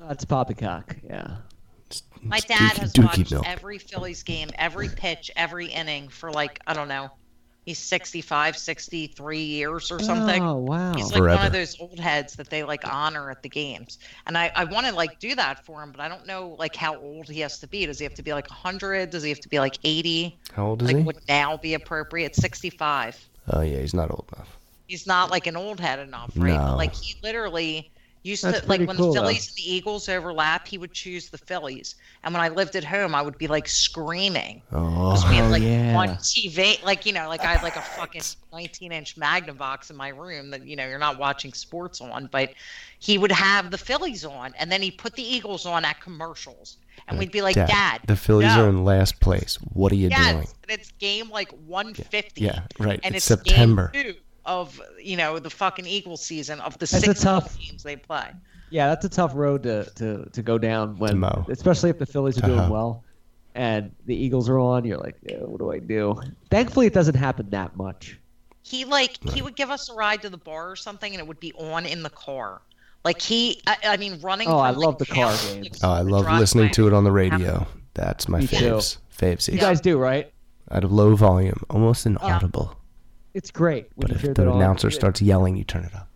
That's poppycock. Yeah. My It's dad dookie- has dookie watched milk. every Phillies game, every pitch, every inning for like, I don't know, he's 65, 63 years or something. Oh, wow. He's like one Forever. of those old heads that they like honor at the games. And I, I want to like do that for him, but I don't know like how old he has to be. Does he have to be like 100? Does he have to be like 80? How old is like he? would now be appropriate? 65 Oh yeah, he's not old enough. he's not like an old head enough, right? No. Like he literally used That's to like pretty when cool, the though. Phillies and the Eagles overlap, he would choose the Phillies. And when I lived at home, I would be like screaming. Oh, Just we had, like yeah. one TV, like you know, like I had like a fucking 19-inch Magnavox in my room that you know you're not watching sports on, but he would have the Phillies on, and then he put the Eagles on at commercials, and we'd be like, Dad, "Dad, the Phillies no." are in last place. What are you yes, doing? and it's game like 150. Yeah, right. And It's it's, September. Game two of you know the fucking Eagles season of the That's a six tough- games they play. Yeah, that's a tough road to, to, to go down when, especially if the Phillies are doing Uh-huh. well and the Eagles are on. You're like, "Yeah, what do I do? Thankfully, it doesn't happen that much. He like he would give us a ride to the bar or something, and it would be on in the car. Like he, I, I mean, running. Oh, from, I like, love the car house to games. Oh, I love listening to it on the radio. That's my Me too. faves. Faves. You guys do, right? Out of low volume, almost inaudible. It's great when you If hear the that on- announcer starts yelling, you turn it up.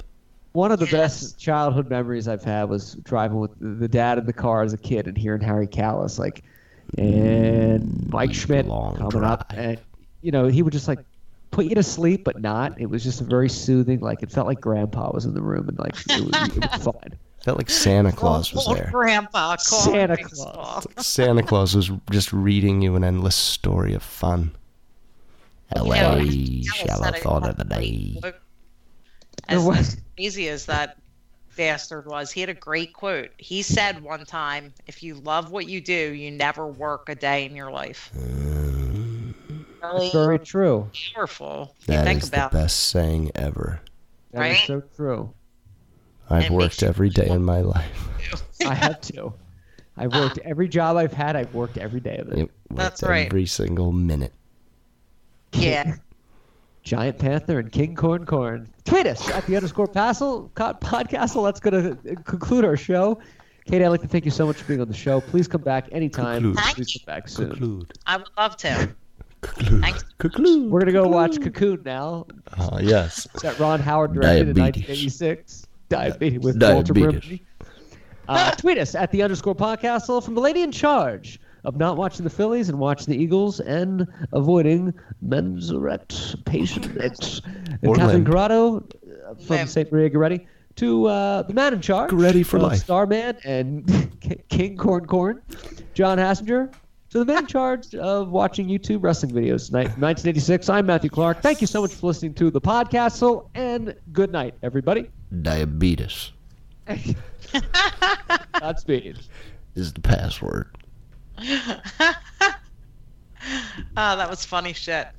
One of the best childhood memories I've had was driving with the dad in the car as a kid and hearing Harry Callis like Mm, and Mike Schmidt coming up and you know he would just like put you to sleep but not it was just very soothing like it felt like grandpa was in the room and like it was, it was fun Felt (laughs) like Santa Claus was there. Oh, Grandpa, call Santa me. Claus Santa Claus was just reading you an endless story of fun. LA, shallow thought of the day. As, What? as crazy as that bastard was, he had a great quote. He said one time, "If you love what you do, you never work a day in your life." Really very true powerful. if you That think is the about it, best saying ever. That is Right? so (laughs) true I've worked every day in my life. (laughs) I have to I've worked every job I've had I've worked every day of it It That's worked right. Every single minute. yeah. Giant Panther and King Corn Corn. Tweet us at the underscore Passel co- Podcastle. That's going to conclude our show. Katie, I'd like to thank you so much for being on the show. Please come back anytime. Conclude. Please come back soon. I would love to. Conclude. We're going to go watch Cocoon now Uh, yes. that Ron Howard directed in Diabetes. 1986. Diabetes with Walter Diabetes. Brimley. Uh, tweet us at the underscore Podcastle from the lady in charge of not watching the Phillies and watching the Eagles and avoiding men's erect patient X. And Or Catherine limp. Corrado uh, from Limp. St. Maria Goretti to uh, the man in charge. Goretti for of life. Starman and (laughs) K- King Corn Corn, John Hassinger. To the man in charge of watching YouTube wrestling videos tonight, 1986. I'm Matthew Clark. Thank you so much for listening to the Podcastle, and good night, everybody. Diabetes (laughs) Godspeed. is the password. oh, Ah, that was funny shit.